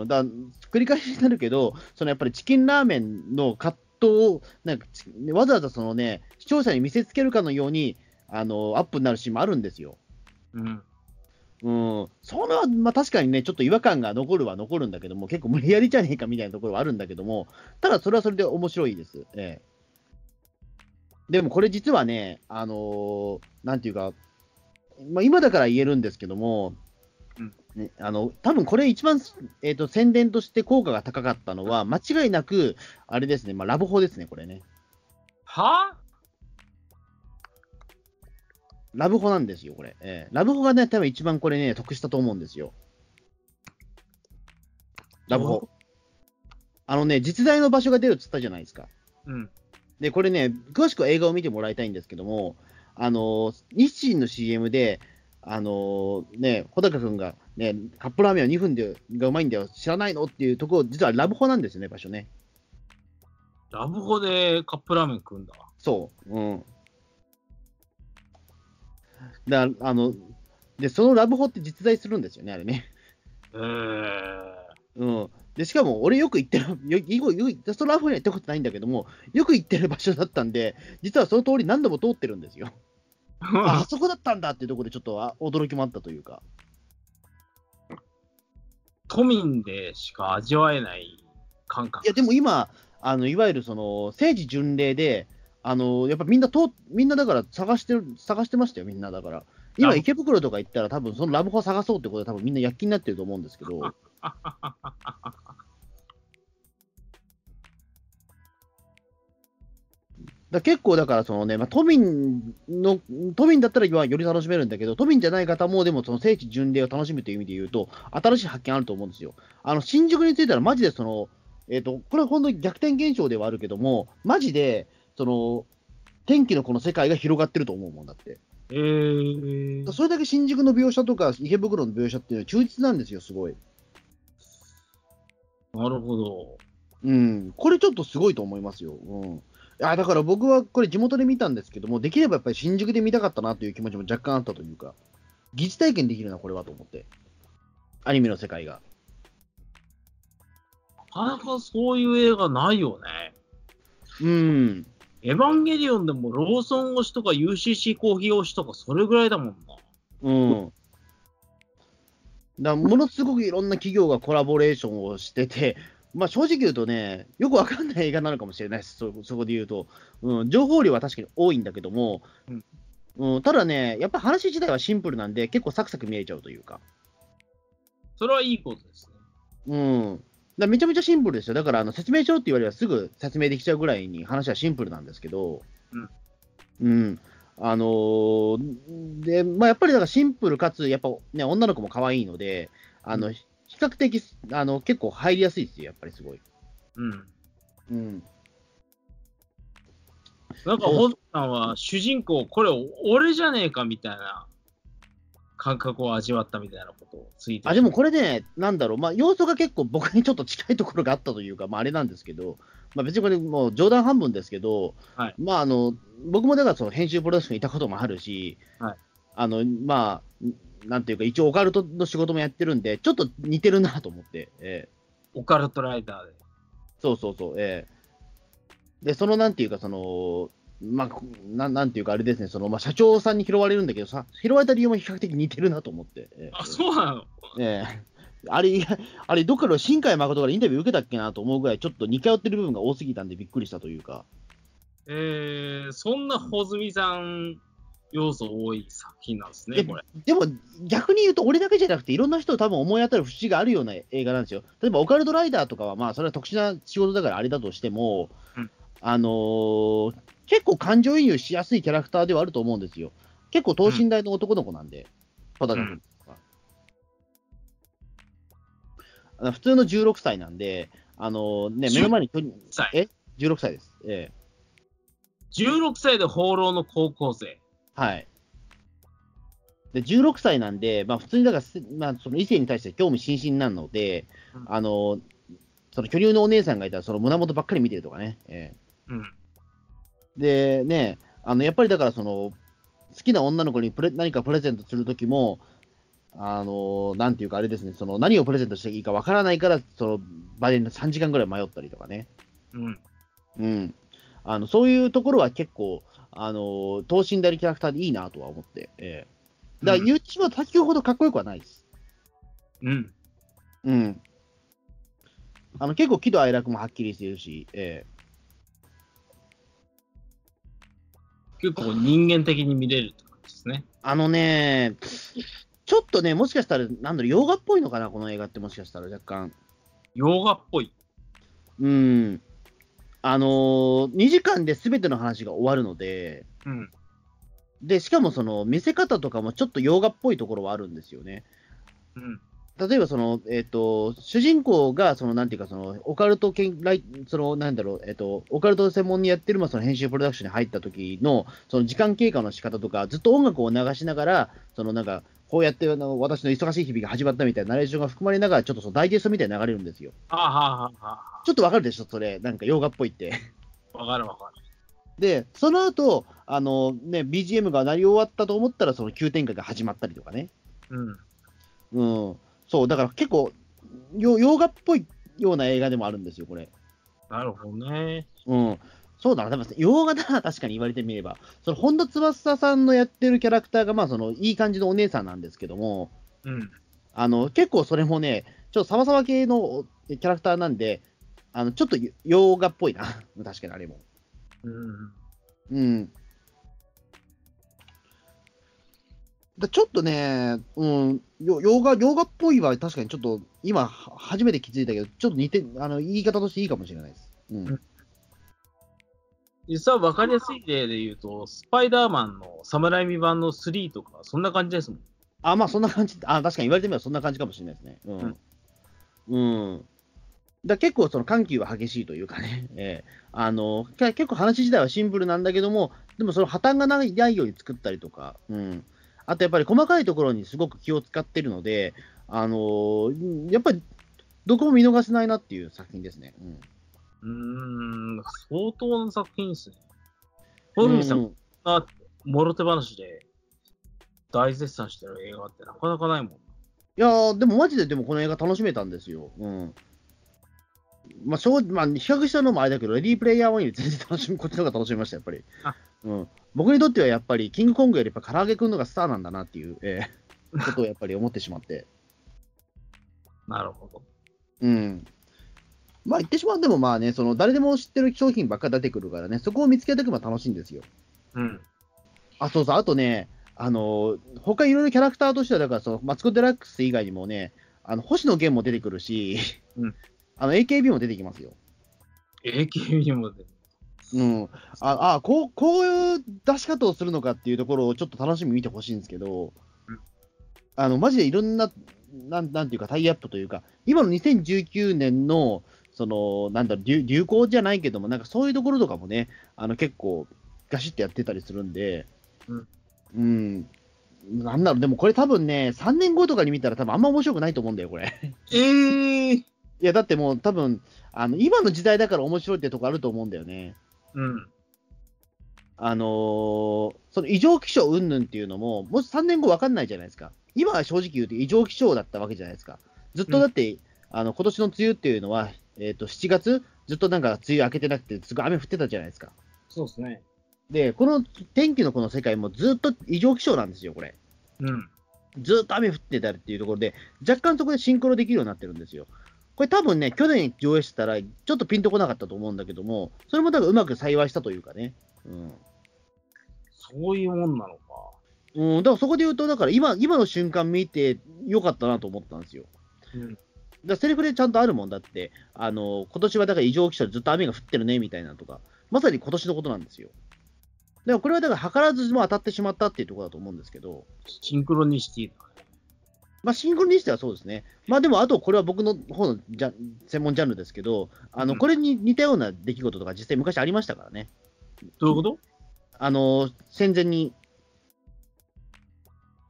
[SPEAKER 2] うん、だ繰り返しになるけど、そのやっぱりチキンラーメンの葛藤をなんかちわざわざその、ね、視聴者に見せつけるかのようにあのアップになるシーンもあるんですよ。
[SPEAKER 3] うん。
[SPEAKER 2] うん、それは、まあ、確かにね、ちょっと違和感が残るは残るんだけども、結構無理やりじゃねえかみたいなところはあるんだけども、ただそれはそれで面白いです。ええでもこれ実はね、あのーなんていうか、まあ、今だから言えるんですけども、
[SPEAKER 3] うん
[SPEAKER 2] ね、あの多分これ一番、えーと宣伝として効果が高かったのは、間違いなく、あれですね、まあ、ラブホですね、これね。
[SPEAKER 3] は
[SPEAKER 2] ラブホなんですよ、これ。ええラブホがね、多分一番これね、得したと思うんですよ。ラブホ。あのね、実在の場所が出るっつったじゃないですか。
[SPEAKER 3] うん。
[SPEAKER 2] で、これね、詳しくは映画を見てもらいたいんですけども、あの、日清の CM で、あのね、小高君が、ね、カップラーメンは2分でがうまいんだよ、知らないのっていうところ、実はラブホなんですよね、場所ね。
[SPEAKER 3] ラブホでカップラーメン食うんだ。
[SPEAKER 2] そう。うん。だあの、で、そのラブホって実在するんですよね、あれね。
[SPEAKER 3] えー。
[SPEAKER 2] うん。で、しかも、俺よく行ってる、よよよくそのラブホには行ったことないんだけども、よく行ってる場所だったんで、実はその通り何度も通ってるんですよ。ああそこだったんだっていうところで、ちょっとあ驚きもあったというか。
[SPEAKER 3] 都民でしか味わえない感覚。
[SPEAKER 2] いや、でも今、あのいわゆるその政治巡礼で、あのやっぱみんな通っ、みんなだから探してる、探してましたよ、みんなだから。今、
[SPEAKER 3] ラブ
[SPEAKER 2] 池袋とか行ったら、多分そのラブホ探そうってことで、多分みんな躍起になってると思うんですけど。だ結構だからそのね、まあ、都民の、都民だったらより楽しめるんだけど、都民じゃない方も、でもその聖地巡礼を楽しむという意味で言うと、新しい発見あると思うんですよ。あの新宿に着いたら、マジでその、えっとこれは本当に逆転現象ではあるけども、マジでその天気のこの世界が広がってると思うもんだって、
[SPEAKER 3] えー。
[SPEAKER 2] それだけ新宿の描写とか池袋の描写っていうのは忠実なんですよ、すごい。
[SPEAKER 3] なるほど。
[SPEAKER 2] うん、これちょっとすごいと思いますよ。うんあだから僕はこれ地元で見たんですけども、できればやっぱり新宿で見たかったなという気持ちも若干あったというか、疑似体験できるな、これはと思って。アニメの世界が。
[SPEAKER 3] なかなかそういう映画ないよね。
[SPEAKER 2] うん。
[SPEAKER 3] エヴァンゲリオンでもローソン推しとか UCC コーヒー推しとかそれぐらいだもんな。
[SPEAKER 2] うん。だものすごくいろんな企業がコラボレーションをしてて、まあ、正直言うとね、よくわかんない映画なのかもしれないです、そそこで言うと、うん。情報量は確かに多いんだけども、
[SPEAKER 3] うん
[SPEAKER 2] うん、ただね、やっぱ話自体はシンプルなんで、結構サクサク見えちゃうというか。
[SPEAKER 3] それはいいことですね。
[SPEAKER 2] うん。だからめちゃめちゃシンプルですよ。だからあの説明しろって言われればすぐ説明できちゃうぐらいに話はシンプルなんですけど、
[SPEAKER 3] う
[SPEAKER 2] う
[SPEAKER 3] ん。
[SPEAKER 2] ん。あのーで、まあ、やっぱりだからシンプルかつ、やっぱね、女の子も可愛いので、あの、比較的、あの、結構入りやすいですよ、やっぱりすごい。
[SPEAKER 3] うん。
[SPEAKER 2] うん。
[SPEAKER 3] なんか、ホズさんは主人公、これ俺じゃねえかみたいな感覚を味わったみたいなことをついて
[SPEAKER 2] あ、でもこれね、なんだろう、まあ、要素が結構僕にちょっと近いところがあったというか、まあ、あれなんですけど、まあ、別にこれもう冗談半分ですけど、
[SPEAKER 3] はい
[SPEAKER 2] まあ、あの、僕もだからその編集プロダクションにいたこともあるし、
[SPEAKER 3] はい
[SPEAKER 2] あの、まあ、なんていうか、一応オカルトの仕事もやってるんで、ちょっと似てるなと思って、え
[SPEAKER 3] オカルトライダーで。
[SPEAKER 2] えそうそうそう、ええで、そのなんていうか、その、まあ、なんなんていうか、あれですね、そのまあ、社長さんに拾われるんだけどさ、拾われた理由も比較的似てるなと思って。ええ
[SPEAKER 3] あ、そうなの
[SPEAKER 2] ええあれ、いやあれ、どっかの新海誠からインタビュー受けたっけなと思うぐらい、ちょっと似通ってる部分が多すぎたんでびっくりしたというか、
[SPEAKER 3] えー、そんなホズミさん要素多い作品なんですね、
[SPEAKER 2] え
[SPEAKER 3] これ。
[SPEAKER 2] でも逆に言うと、俺だけじゃなくて、いろんな人を多分思い当たる節があるような映画なんですよ。例えば、オカルトライダーとかは、まあ、それは特殊な仕事だからあれだとしても、
[SPEAKER 3] うん
[SPEAKER 2] あのー結構感情移入しやすいキャラクターではあると思うんですよ。結構等身大の男の子なんで、小高君とかあの普通の16歳なんで、あのーね、目の前に巨人
[SPEAKER 3] さ
[SPEAKER 2] え16歳です。ええ
[SPEAKER 3] 16歳で放浪の高校生。
[SPEAKER 2] はい。で、16歳なんで、まあ普通にだからす、まあその異性に対して興味津々なので、
[SPEAKER 3] うん
[SPEAKER 2] あの、その巨乳のお姉さんがいたら、その胸元ばっかり見てるとかね。え
[SPEAKER 3] うん。
[SPEAKER 2] えで、ね、あの、やっぱりだからその、好きな女の子にプレ何かプレゼントするときも、あの、なんていうかあれですね、その何をプレゼントしていいかわからないから、その場で3時間ぐらい迷ったりとかね。
[SPEAKER 3] うん。
[SPEAKER 2] うん、あのそういうところは結構、あのー等身大のキャラクターでいいなとは思って、ええだから
[SPEAKER 3] うん
[SPEAKER 2] YouTube は卓球ほどかっこよくはないです。
[SPEAKER 3] うん。
[SPEAKER 2] うん。あの結構喜怒哀楽もはっきりしてるし、え
[SPEAKER 3] 結構人間的に見れるって感じですね
[SPEAKER 2] え。あのね、ちょっとね、もしかしたら、なんだろう、洋画っぽいのかな、この映画って、もしかしたら若干。
[SPEAKER 3] 洋画っぽい。
[SPEAKER 2] うん。あのー、2時間で全ての話が終わるので、
[SPEAKER 3] うん。
[SPEAKER 2] で、しかもその見せ方とかもちょっと洋画っぽいところはあるんですよね。
[SPEAKER 3] うん。
[SPEAKER 2] 例えばその、えっと主人公がその、なんていうかその、オカルト研ライそのなんだろう、えっとオカルトを専門にやってる、まあ、その編集プロダクションに入った時のその時間経過の仕方とか、ずっと音楽を流しながら、そのなんかこうやってあの私の忙しい日々が始まったみたいなナレーションが含まれながら、ちょっとそのダイジェストみたいに流れるんですよ。
[SPEAKER 3] はあ、はあはあは
[SPEAKER 2] ちょっとわかるでしょ、それ、なんか洋画っぽいって。
[SPEAKER 3] あ、わかるわかる。
[SPEAKER 2] で、その後あのね BGM が鳴り終わったと思ったら、その急展開が始まったりとかね。
[SPEAKER 3] うん。
[SPEAKER 2] うん、そう、だから結構、よ洋画っぽいような映画でもあるんですよ、これ。
[SPEAKER 3] なるほどね。
[SPEAKER 2] うん、そうだな、でも洋画だな、確かに言われてみれば。その本田翼さんのやってるキャラクターが、まあ、そのいい感じのお姉さんなんですけども、
[SPEAKER 3] うん。
[SPEAKER 2] あの結構それもね、ちょっとサバサバ系のキャラクターなんで、あのちょっと洋画っぽいな、 確かにあれも。
[SPEAKER 3] うん。
[SPEAKER 2] うん。だちょっとね、うん、よ洋画、洋画っぽいは確かにちょっと、今、は初めて気づいたけど、ちょっと似て、あの、言い方としていいかもしれないです。うん。
[SPEAKER 3] うん実は分かりやすい例で言うと、スパイダーマンの侍ミ版の3とか、そんな感じですもん。
[SPEAKER 2] あ、まあそんな感じ、あ、確かに言われてみればそんな感じかもしれないですね。うん。うん。だ結構その緩急は激しいというかね、ええあの、け結構話自体はシンプルなんだけども、でもその破綻がないないように作ったりとか、うん。あとやっぱり細かいところにすごく気を使ってるので、あのーやっぱりどこも見逃せないなっていう作品ですね。うん。
[SPEAKER 3] うーん、相当な作品ですね。ホルミさ
[SPEAKER 2] うん
[SPEAKER 3] がもろ手話で大絶賛してる映画ってなかなかないもん。
[SPEAKER 2] いやー、でもマジででもこの映画楽しめたんですよ。うん。まあ、正直まあ、比較したのもあれだけど、レディープレイヤー1より全然楽しみ、こっちの方が楽しみました、やっぱり
[SPEAKER 3] あ。
[SPEAKER 2] うん、僕にとってはやっぱり、キングコングよりやっぱ唐揚げくんのがスターなんだなっていう、ええことをやっぱり思ってしまって。
[SPEAKER 3] なるほど。
[SPEAKER 2] うん。まあ言ってしまってもまあね、その誰でも知ってる商品ばっか出てくるからね、そこを見つけていくのが楽しいんですよ。
[SPEAKER 3] うん。
[SPEAKER 2] あ、そうそう、あとね、あのー他いろいろキャラクターとしては、だからその、マツコ・デラックス以外にもね、あの星野源も出てくるし、
[SPEAKER 3] うん
[SPEAKER 2] あの AKB も出てきますよ。
[SPEAKER 3] AKB にも出て
[SPEAKER 2] うん、ああこう、こういう出し方をするのかっていうところをちょっと楽しみに見てほしいんですけど
[SPEAKER 3] うん、
[SPEAKER 2] あのマジでいろんななん、なんていうか、タイアップというか、今の2019年の、そのなんだろう流、流行じゃないけども、なんかそういうところとかもね、あの結構、ガシッとやってたりするんで、
[SPEAKER 3] うん
[SPEAKER 2] うん、なんだろう、でもこれ、多分ね、3年後とかに見たら、多分あんま面白くないと思うんだよ、これ。
[SPEAKER 3] ええ
[SPEAKER 2] いや、だってもう、多分あの今の時代だから面白いってとこあると思うんだよね。
[SPEAKER 3] うん。
[SPEAKER 2] あのーその異常気象云々っていうのも、もし3年後分かんないじゃないですか、今は正直言うと異常気象だったわけじゃないですか、ずっとだって、あの今年の梅雨っていうのは、えー、と7月、ずっとなんか梅雨明けてなくて、すごい雨降ってたじゃないですか、
[SPEAKER 3] そうですね。
[SPEAKER 2] で、この天気のこの世界もずっと異常気象なんですよ、これ、
[SPEAKER 3] うん。
[SPEAKER 2] ずっと雨降ってたりっていうところで、若干そこでシンクロできるようになってるんですよ。これ多分ね、去年上映してたら、ちょっとピンとこなかったと思うんだけども、それもだからうまく幸いしたというかね。うん
[SPEAKER 3] そういうもんなのか。
[SPEAKER 2] うん、だからそこで言うと、だから今今の瞬間見てよかったなと思ったんですよ。
[SPEAKER 3] うん。
[SPEAKER 2] だからセリフでちゃんとあるもんだって、あの今年はだから異常気象でずっと雨が降ってるねみたいなのとか、まさに今年のことなんですよ。だからこれはだから図らずも当たってしまったっていうところだと思うんですけど、
[SPEAKER 3] シンクロニシティだね。
[SPEAKER 2] まあ、シンクロにしてはそうですね、まあでもあとこれは僕の方のじゃ専門ジャンルですけど、あ
[SPEAKER 3] う
[SPEAKER 2] の
[SPEAKER 3] ん
[SPEAKER 2] これに似たような出来事とか、実際昔ありましたからね、
[SPEAKER 3] どういうこと
[SPEAKER 2] あの戦前に、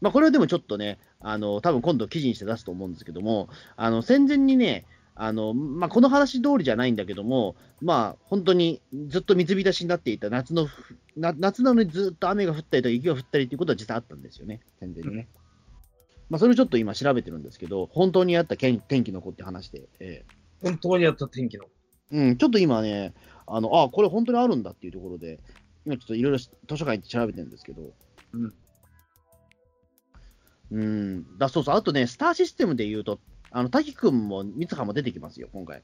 [SPEAKER 2] まあ、これはでもちょっとね、あの多分今度記事にして出すと思うんですけども、あの戦前にね、あのまあ、この話通りじゃないんだけども、まあ、本当にずっと水浸しになっていた夏のふな、夏なのにずっと雨が降ったりとか雪が降ったりということは実際あったんですよね、戦前にね。まあ、それをちょっと今調べてるんですけど、本当にあったけん天気の子って話で、え
[SPEAKER 3] 本当にやった天気の。
[SPEAKER 2] えうん、ちょっと今ね、あのあこれ本当にあるんだっていうところで、今ちょっといろいろ図書館行って調べてるんですけど、
[SPEAKER 3] うん。
[SPEAKER 2] うん、だそうそう、あとね、スターシステムで言うと、あの滝くんも三葉も出てきますよ、今回。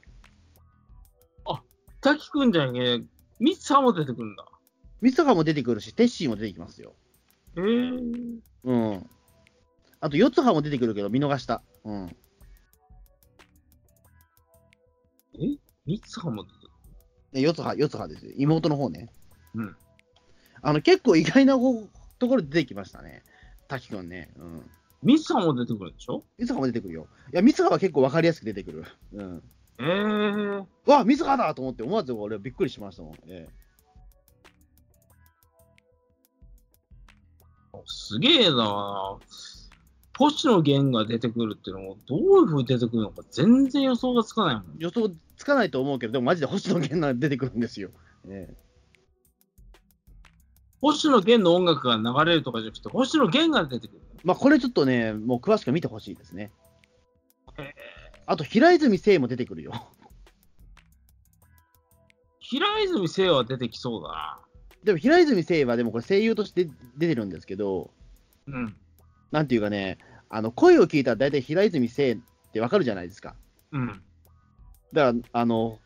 [SPEAKER 3] 滝くんじゃんけ、ミツハも出てくるんだ。
[SPEAKER 2] 三葉も出てくるし、テッシーも出てきますよ。
[SPEAKER 3] へえ。
[SPEAKER 2] うん。あと、四葉も出てくるけど、見逃した。うん。
[SPEAKER 3] ミツハも出てくる。
[SPEAKER 2] で四葉、四葉ですよ。妹の方ね。
[SPEAKER 3] うん。
[SPEAKER 2] あの、結構意外なほところで出てきましたね。滝くんね。うん。
[SPEAKER 3] ミツハも出てくるんでしょ
[SPEAKER 2] 三葉も出てくるよ。いや、三葉は結構わかりやすく出てくる。うん。
[SPEAKER 3] へえ。
[SPEAKER 2] わあ、水葉だと思って、思わず俺はびっくりしましたもん。ええ
[SPEAKER 3] すげえな星野源が出てくるっていうのも、どういうふうに出てくるのか全然予想がつかないもん。
[SPEAKER 2] 予想つかないと思うけど、でもマジで星野源が出てくるんですよ。ええ
[SPEAKER 3] 星野源の音楽が流れるとかじゃなくて、星野源が出てくる。
[SPEAKER 2] まあ、これちょっとね、もう詳しく見てほしいですね
[SPEAKER 3] へえ。
[SPEAKER 2] あと、平泉聖も出てくるよ。
[SPEAKER 3] 平泉聖は出てきそうだ
[SPEAKER 2] でも、平泉聖は、でもこれ声優として出てるんですけど、
[SPEAKER 3] な。うん。
[SPEAKER 2] なんていうかね、あの声を聞いたら大体平泉聖ってわかるじゃないですか。
[SPEAKER 3] うん。
[SPEAKER 2] だから、あの、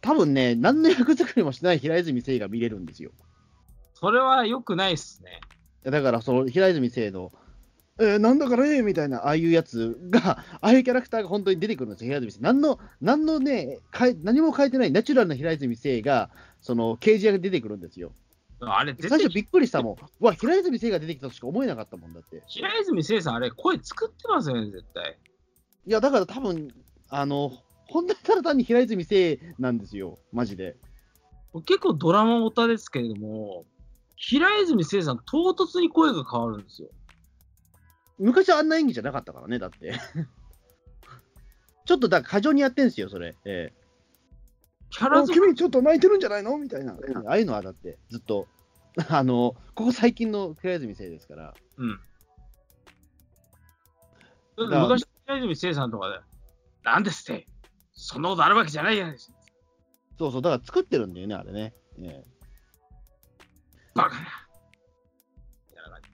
[SPEAKER 2] 多分ね、何の役作りもしない平泉聖が見れるんですよ。
[SPEAKER 3] それは良くないっすね。
[SPEAKER 2] だから、その平泉聖の、えーなんだからええみたいな、ああいうやつが、 ああいうキャラクターが本当に出てくるんですよ、平泉聖。何の、何のね、かえ何も変えてないナチュラルな平泉聖が、その、刑事役で出てくるんですよ。
[SPEAKER 3] あれ、
[SPEAKER 2] 最
[SPEAKER 3] 絶
[SPEAKER 2] 初
[SPEAKER 3] 対、
[SPEAKER 2] びっくりしたもん。うわ、平泉聖が出てきたとしか思えなかったもんだって。
[SPEAKER 3] 平泉聖さん、あれ、声作ってますよね、絶対。
[SPEAKER 2] いや、だから多分、あの、本当にただ単に平泉聖なんですよ、マジで。
[SPEAKER 3] 僕結構ドラマオタですけれども、平泉聖さん、唐突に声が変わるんですよ。
[SPEAKER 2] 昔はあんな演技じゃなかったからね、だって。 ちょっとだから過剰にやってんすよ、それ。え
[SPEAKER 3] キャ
[SPEAKER 2] え
[SPEAKER 3] ラ作り
[SPEAKER 2] 君ちょっと泣いてるんじゃないのみたいな。ああいうのはだって、ずっと。 あの、ここ最近の平泉聖ですから。
[SPEAKER 3] うん。だって昔、平泉聖さんとかで、なんですって、そんなことあるわけじゃないやん。
[SPEAKER 2] そうそう、だから作ってるんだよね、あれね。ええ
[SPEAKER 3] バカな。みたいな感じ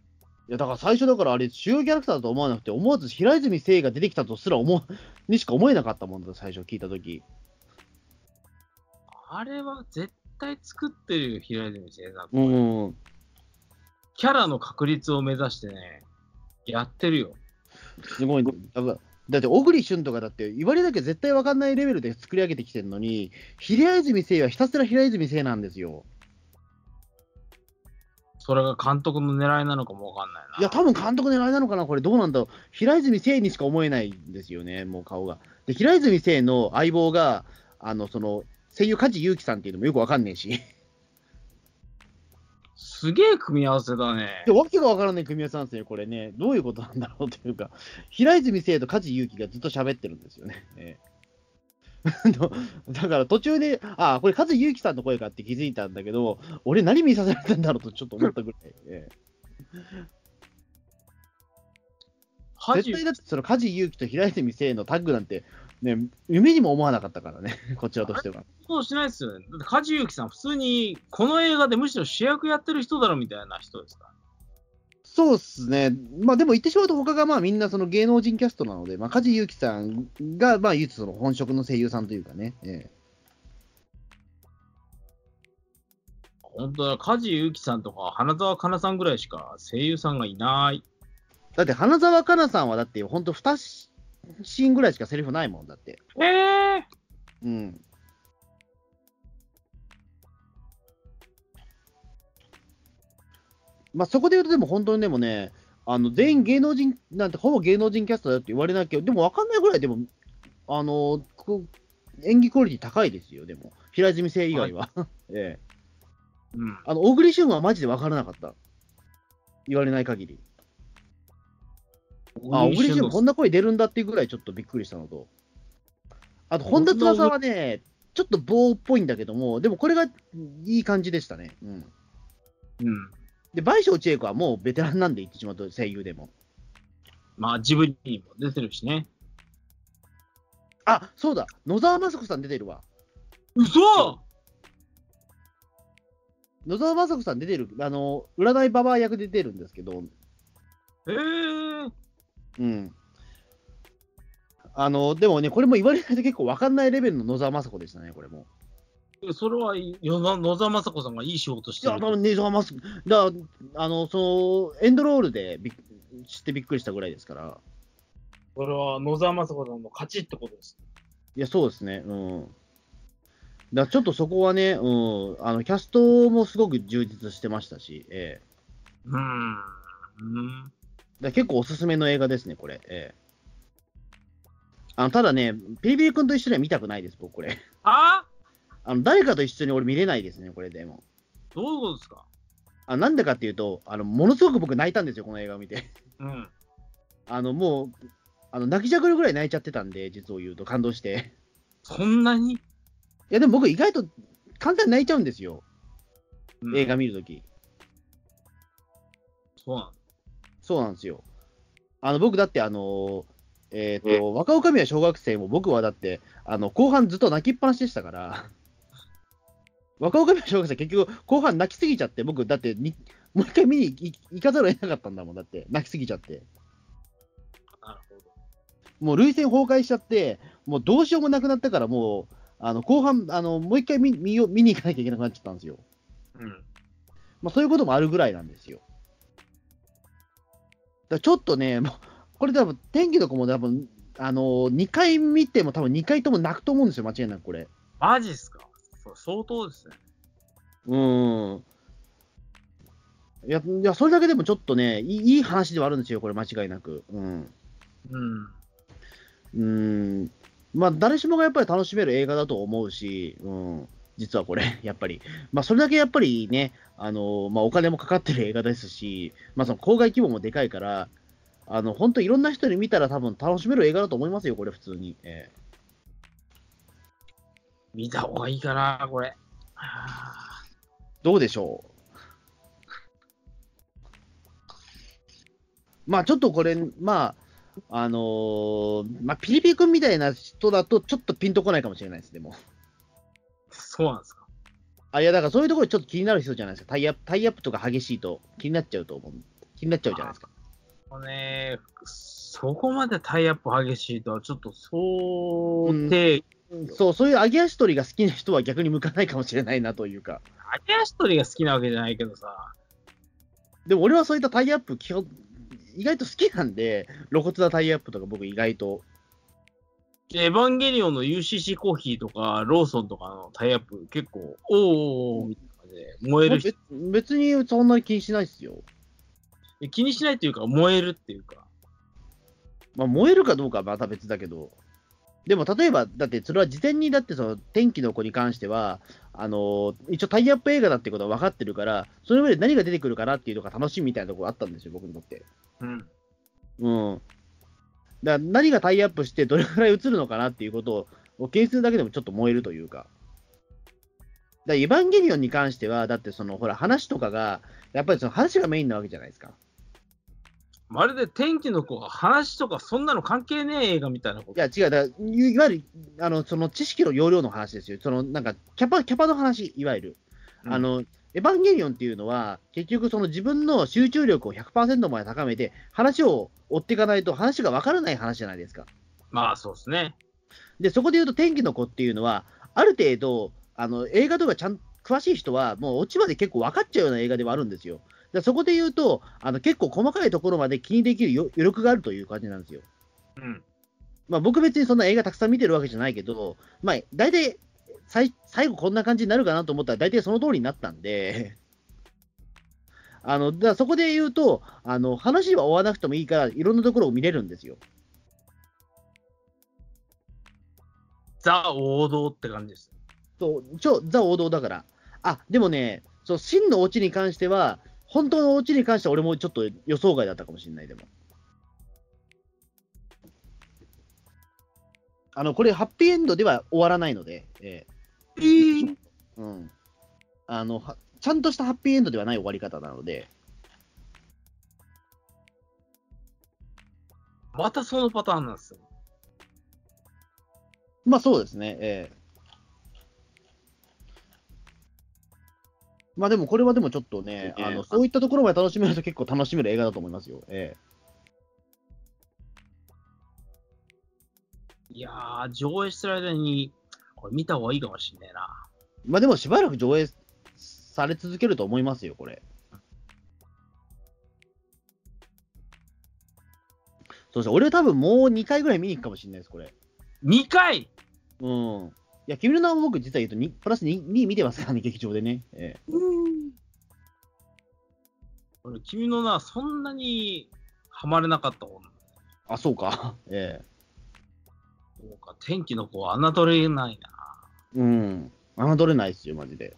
[SPEAKER 2] いや、だから最初だからあれ、主要キャラクターだと思わなくて、思わず平泉聖が出てきたとすら思う、 にしか思えなかったもんだ、最初聞いたとき。
[SPEAKER 3] あれは絶対作ってるよ、平泉聖さん。
[SPEAKER 2] うん。
[SPEAKER 3] キャラの確立を目指してね、やってるよ。
[SPEAKER 2] すごい、だからだって小栗旬とかだって言われなきゃ絶対分かんないレベルで作り上げてきてるのに平泉聖はひたすら平泉聖なんですよ
[SPEAKER 3] それが監督の狙いなのかもわかんないな。
[SPEAKER 2] いや多分監督狙いなのかなこれどうなんだろう平泉聖にしか思えないんですよねもう顔がで平泉聖の相棒があのその声優梶裕貴さんっていうのもよく分かんねえし
[SPEAKER 3] すげえ組み合わせだね
[SPEAKER 2] で。わけが分からない組み合わせなんですよこれねどういうことなんだろうというか平泉聖と梶裕貴がずっと喋ってるんですよね、ええあのだから途中で、ああ、これ、梶裕貴さんの声かって気づいたんだけど、俺、何見させられたんだろうとちょっと思ったぐらい、ええ
[SPEAKER 3] ハ
[SPEAKER 2] 絶
[SPEAKER 3] ジ
[SPEAKER 2] 対だって、その梶裕貴と平泉聖のタッグなんて、ね、夢にも思わなかったからね、 こちらとしては。
[SPEAKER 3] そうしないですよね。だって梶裕貴さん、普通にこの映画でむしろ主役やってる人だろみたいな人ですか
[SPEAKER 2] そうっすね、まあ、でも言ってしまうと、他がまあみんなその芸能人キャストなので、まあ、梶裕貴さんがまあ唯一その本職の声優さんというかね。ええ
[SPEAKER 3] ら。本当だ、梶裕貴さんとか花澤香菜さんぐらいしか声優さんがいない。
[SPEAKER 2] だって花澤香菜さんはだって本当2シーンぐらいしかセリフないもんだって。
[SPEAKER 3] ええ
[SPEAKER 2] うん。まあそこで言うとでも本当にでもね、あの全員芸能人なんてほぼ芸能人キャストだよって言われなきゃ、でも分かんないぐらいでも、あの、こ演技クオリティ高いですよ、でも。平泉成以外は。 ええ。
[SPEAKER 3] うん。
[SPEAKER 2] あの、小栗旬はマジで分からなかった。言われない限り。あ、小栗旬、こんな声出るんだっていうぐらいちょっとびっくりしたのと、あと、本田翼はね、ちょっと棒っぽいんだけども、でもこれがいい感じでしたね。うん、
[SPEAKER 3] うん。
[SPEAKER 2] で、倍賞千恵子はもうベテランなんで言ってしまうと、声優でも。
[SPEAKER 3] まあ、ジブリにも出てるしね。
[SPEAKER 2] あそうだ、野沢雅子さん出てるわ。
[SPEAKER 3] 嘘
[SPEAKER 2] 野沢雅子さん出てる、あの占いババア役で出てるんですけど、
[SPEAKER 3] ええー。
[SPEAKER 2] うん。あの、でもね、これも言われないと結構わかんないレベルの野沢雅子でしたね、これも。
[SPEAKER 3] それはいいいやな野沢雅子さんがいい仕事し
[SPEAKER 2] い
[SPEAKER 3] て
[SPEAKER 2] や、
[SPEAKER 3] る
[SPEAKER 2] 多。分野沢雅子、だあの、その、エンドロールでびっ知ってびっくりしたぐらいですから。
[SPEAKER 3] これは野沢雅子さんの勝ちってことです。
[SPEAKER 2] いや、そうですね。うん。だからちょっとそこはね、うん、あのキャストもすごく充実してましたし、ええ
[SPEAKER 3] うーん。うん
[SPEAKER 2] だから結構おすすめの映画ですね、これ。ええあのただね、PB 君と一緒には見たくないです、僕、これ。
[SPEAKER 3] あ
[SPEAKER 2] あの誰かと一緒に俺見れないですね、これでも。
[SPEAKER 3] どういうことですか
[SPEAKER 2] あなんでかっていうとあの、ものすごく僕泣いたんですよ、この映画を見て。
[SPEAKER 3] うん。
[SPEAKER 2] あのもうあの泣きじゃくるぐらい泣いちゃってたんで、実を言うと感動して。
[SPEAKER 3] そんなに、
[SPEAKER 2] いや、でも僕、意外と簡単に泣いちゃうんですよ、
[SPEAKER 3] うん
[SPEAKER 2] 映画見るとき。
[SPEAKER 3] そうなの
[SPEAKER 2] そうなんですよ。あの僕だって、あのえっ、と、若女将は小学生も僕はだって、あの後半ずっと泣きっぱなしでした から、若女将は小学生、結局、後半泣きすぎちゃって、僕、だってに、もう一回見に行行かざるを得なかったんだもん、だって、泣きすぎちゃって。
[SPEAKER 3] なるほ
[SPEAKER 2] もう涙腺崩壊しちゃって、もうどうしようもなくなったから、もう、あの後半、あのもう一回見見よう見に行かなきゃいけなくなっちゃったんですよ。
[SPEAKER 3] ど。うん。
[SPEAKER 2] まあ、そういうこともあるぐらいなんですよ。だからちょっとね、もうこれ多分、天気とかも多分、あのー、2回見ても多分2回とも泣くと思うんですよ、間違いなくこれ。
[SPEAKER 3] マジっすかそう相当ですね。
[SPEAKER 2] うーん。いや、いやそれだけでもちょっとね、いいいい話ではあるんですよ、これ、間違いなく。うん。
[SPEAKER 3] うん。
[SPEAKER 2] うーん。まあ、誰しもがやっぱり楽しめる映画だと思うし、うん。実はこれ、 やっぱり。まあ、それだけやっぱりね、あの、まあ、お金もかかってる映画ですし、まあ、その、公害規模もでかいから、あの、本当いろんな人に見たら多分楽しめる映画だと思いますよ、これ、普通に。ええ
[SPEAKER 3] 見た方がいいかな、これ。はあ
[SPEAKER 2] どうでしょうまあ、ちょっとこれ、まあ、あのーまあ、ピリピ君みたいな人だと、ちょっとピンとこないかもしれないです、でも。
[SPEAKER 3] そうなんですか。
[SPEAKER 2] あ、いや、だからそういうところちょっと気になる人じゃないですか。タイアップ、タイアップとか激しいと気になっちゃうと思う。気になっちゃうじゃないですか。
[SPEAKER 3] もうね、そこまでタイアップ激しいとは、ちょっと想定、
[SPEAKER 2] そう、そういう揚げ足取りが好きな人は逆に向かないかもしれないなというか。
[SPEAKER 3] 揚げ足取りが好きなわけじゃないけどさ、
[SPEAKER 2] でも俺はそういったタイアップ基本、意外と好きなんで、露骨なタイアップとか僕意外と。
[SPEAKER 3] エヴァンゲリオンの UCC コーヒーとか、ローソンとかのタイアップ、結構、おーおーおーみたいな感じで、燃える人
[SPEAKER 2] 別別にそんなに気にしないですよ。
[SPEAKER 3] え気にしないというか、燃えるっていうか。
[SPEAKER 2] まあ、燃えるかどうかはまた別だけど。でも例えば、だってそれは事前にだってその天気の子に関しては、あの一応タイアップ映画だってことは分かってるから、その上で何が出てくるかなっていうのが楽しみみたいなところあったんですよ、僕にとって。
[SPEAKER 3] うん。
[SPEAKER 2] うん。だから何がタイアップして、どれくらい映るのかなっていうことを検出するだけでもちょっと燃えるというか。だからエヴァンゲリオンに関しては、だってそのほら話とかが、やっぱりその話がメインなわけじゃないですか。
[SPEAKER 3] まるで天気の子が話とかそんなの関係ねえ映画みたいなこ
[SPEAKER 2] い
[SPEAKER 3] と。
[SPEAKER 2] や、違う、だからいいわゆるあのその知識の容量の話ですよ。そのなんかキャパ、キャパの話、いわゆる。
[SPEAKER 3] うん
[SPEAKER 2] あのエヴァンゲリオンっていうのは、結局、その自分の集中力を100%まで高めて、話を追っていかないと、話が分からない話じゃないですか。
[SPEAKER 3] まあそうですね。
[SPEAKER 2] で、そこで言うと、天気の子っていうのは、ある程度、あの映画とかちゃん詳しい人は、もう落ちまで結構分かっちゃうような映画ではあるんですよ。でそこで言うと、あの結構細かいところまで気にできるよ余力があるという感じなんですよ。
[SPEAKER 3] うん。
[SPEAKER 2] まあ、僕、別にそんな映画たくさん見てるわけじゃないけど、まあ、大体最、最後こんな感じになるかなと思ったら、大体その通りになったんで、あのだからそこで言うとあの、話は追わなくてもいいから、いろんなところを見れるんですよ。
[SPEAKER 3] ザ王道って感じです。
[SPEAKER 2] そう、超ザ王道だから。あ、でもね、そう真のオチに関しては、本当のオチに関しては俺もちょっと予想外だったかもしれない、でも。あの、これ、ハッピーエンドでは終わらないので、ええうん。あの、はちゃんとしたハッピーエンドではない終わり方なので、
[SPEAKER 3] またそのパターンなんですよ。
[SPEAKER 2] まあそうですね、ええまあでもこれはでもちょっとね、
[SPEAKER 3] ええ
[SPEAKER 2] あのそういったところまで楽しめると結構楽しめる映画だと思いますよ。ええ
[SPEAKER 3] いやー、上映してる間に、これ見た方がいいかもしんねえな。
[SPEAKER 2] まあでもしばらく上映され続けると思いますよ、これ。そうですね、俺多分もう2回ぐらい見に行くかもしれないです、これ。
[SPEAKER 3] 2回
[SPEAKER 2] うん。いや、君の名は僕実は言うとにプラス 2, 2見てますからね、劇場でね。ええ
[SPEAKER 3] 俺、君の名はそんなにハマれなかったもん。
[SPEAKER 2] あ、そうか。 ええ
[SPEAKER 3] そうか、天気の子は侮れないな。
[SPEAKER 2] うん。侮れないっすよ、マジで。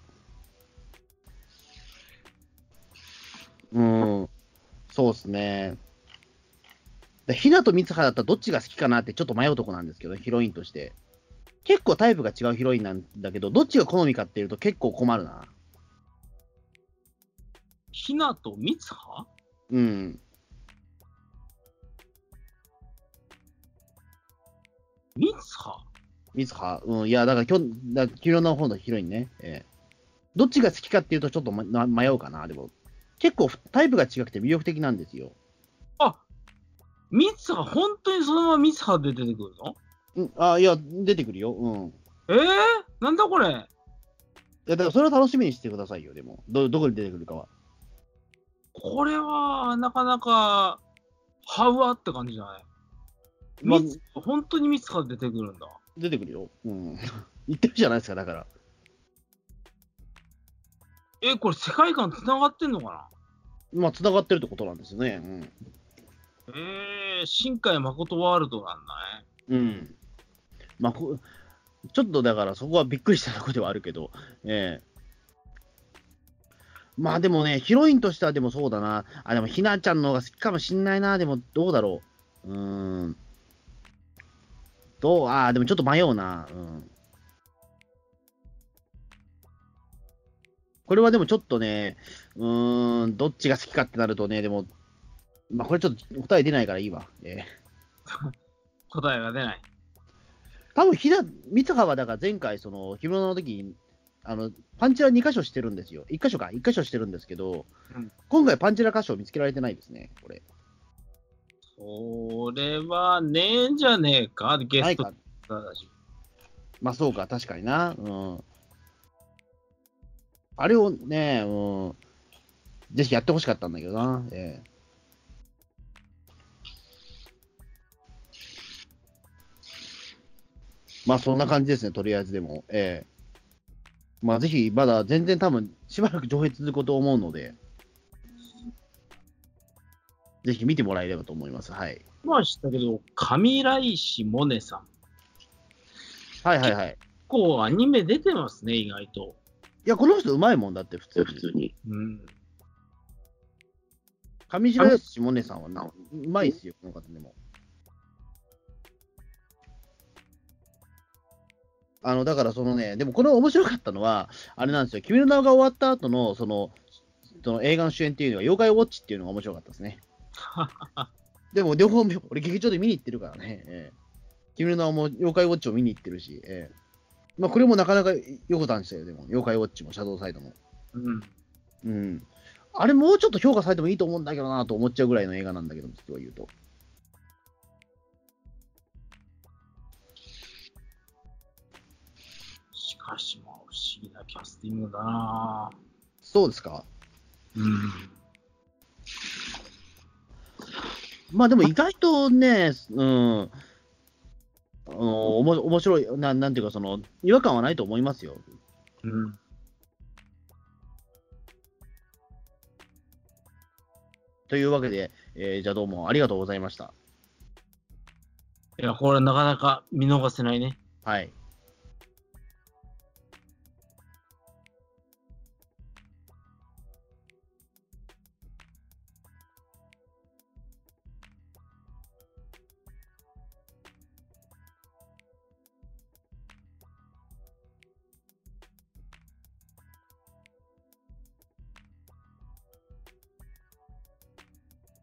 [SPEAKER 2] うん。そうっすね。でひなとみつはだったらどっちが好きかなってちょっと迷うとこなんですけど、ヒロインとして。結構タイプが違うヒロインなんだけど、どっちが好みかっていうと結構困るな。
[SPEAKER 3] ひなとみつは
[SPEAKER 2] うん。
[SPEAKER 3] みつは
[SPEAKER 2] みつは、うん。いや、だからきょ、だ黄色の方のヒロインね。ええどっちが好きかっていうとちょっと、ま、な迷うかな、でも。結構タイプが違くて魅力的なんですよ。
[SPEAKER 3] みつは本当にそのままみつはで出てくるの
[SPEAKER 2] うん、あ、いや、出てくるよ。うん。
[SPEAKER 3] えー、なんだこれ
[SPEAKER 2] いや、だからそれは楽しみにしてくださいよ、でも。ど、どこに出てくるかは。
[SPEAKER 3] これは、なかなか、ハウアって感じじゃない、
[SPEAKER 2] まあ
[SPEAKER 3] みつ本当にみつは出てくるんだ。
[SPEAKER 2] 出てくるよ。うん。 言ってるじゃないですか、だから。
[SPEAKER 3] え、これ世界観つながってんのか
[SPEAKER 2] まあ、繋がってるってことなんですよね。うん。
[SPEAKER 3] なえー、新海誠ワールドなんだね。
[SPEAKER 2] うん。まあ、こちょっとだから、そこはびっくりしたとこではあるけど、ええまあでもね、ヒロインとしてはでもそうだな。あ、でもひなちゃんの方が好きかもしんないな。でもどうだろう。うーん。どうああ、でもちょっと迷うな。うん。これはでもちょっとね、うーん、どっちが好きかってなるとね、でも、まあこれちょっと答え出ないからいいわ。ええ
[SPEAKER 3] 答えが出ない。
[SPEAKER 2] 多分ひな、三葉はだから前回、その、着物の時に、あの、パンチラ2箇所してるんですよ。1箇所か、1箇所してるんですけど、
[SPEAKER 3] うん
[SPEAKER 2] 今回パンチラ箇所見つけられてないですね、これ。
[SPEAKER 3] それはねえんじゃねえかゲ
[SPEAKER 2] な
[SPEAKER 3] ス
[SPEAKER 2] い
[SPEAKER 3] トだ
[SPEAKER 2] か。
[SPEAKER 3] し。
[SPEAKER 2] まあそうか、確かにな。うん。あれをね、うん。ぜひやってほしかったんだけどな。ええまあそんな感じですね、とりあえずでも。ええまあぜひ、まだ全然多分、しばらく上映続くと思うので、ぜひ見てもらえればと思います。はい。
[SPEAKER 3] まあ知ったけど、上白石萌音さん。
[SPEAKER 2] はいはいはい。
[SPEAKER 3] こうアニメ出てますね、意外と。
[SPEAKER 2] いや、この人うまいもんだって、普通に。
[SPEAKER 3] に。うん。
[SPEAKER 2] 上白石萌音さんはな、うまいっすよ、この方でも。あの、だからそのね、でもこの面白かったのは、あれなんですよ、君の名が終わった後の、その、その映画の主演っていうのは、妖怪ウォッチっていうのが面白かったです ね。でも、両方見、俺劇場で見に行ってるからね。ええ君の名も妖怪ウォッチを見に行ってるし、ええまあ、これもなかなかよくたんでしたよ、でも、妖怪ウォッチもシャドウサイドも。
[SPEAKER 3] うん。
[SPEAKER 2] うん。あれ、もうちょっと評価されてもいいと思うんだけどなと思っちゃうぐらいの映画なんだけど、実は言うと。
[SPEAKER 3] しかし、まあ不思議なキャスティングだな
[SPEAKER 2] そうですか。
[SPEAKER 3] うん。
[SPEAKER 2] まあでも意外とね、うん、あのおも面白いな、なんていうか、その違和感はないと思いますよ。
[SPEAKER 3] うん。
[SPEAKER 2] というわけで、えーじゃあどうもありがとうございました。
[SPEAKER 3] いや、これなかなか見逃せないね。
[SPEAKER 2] はい。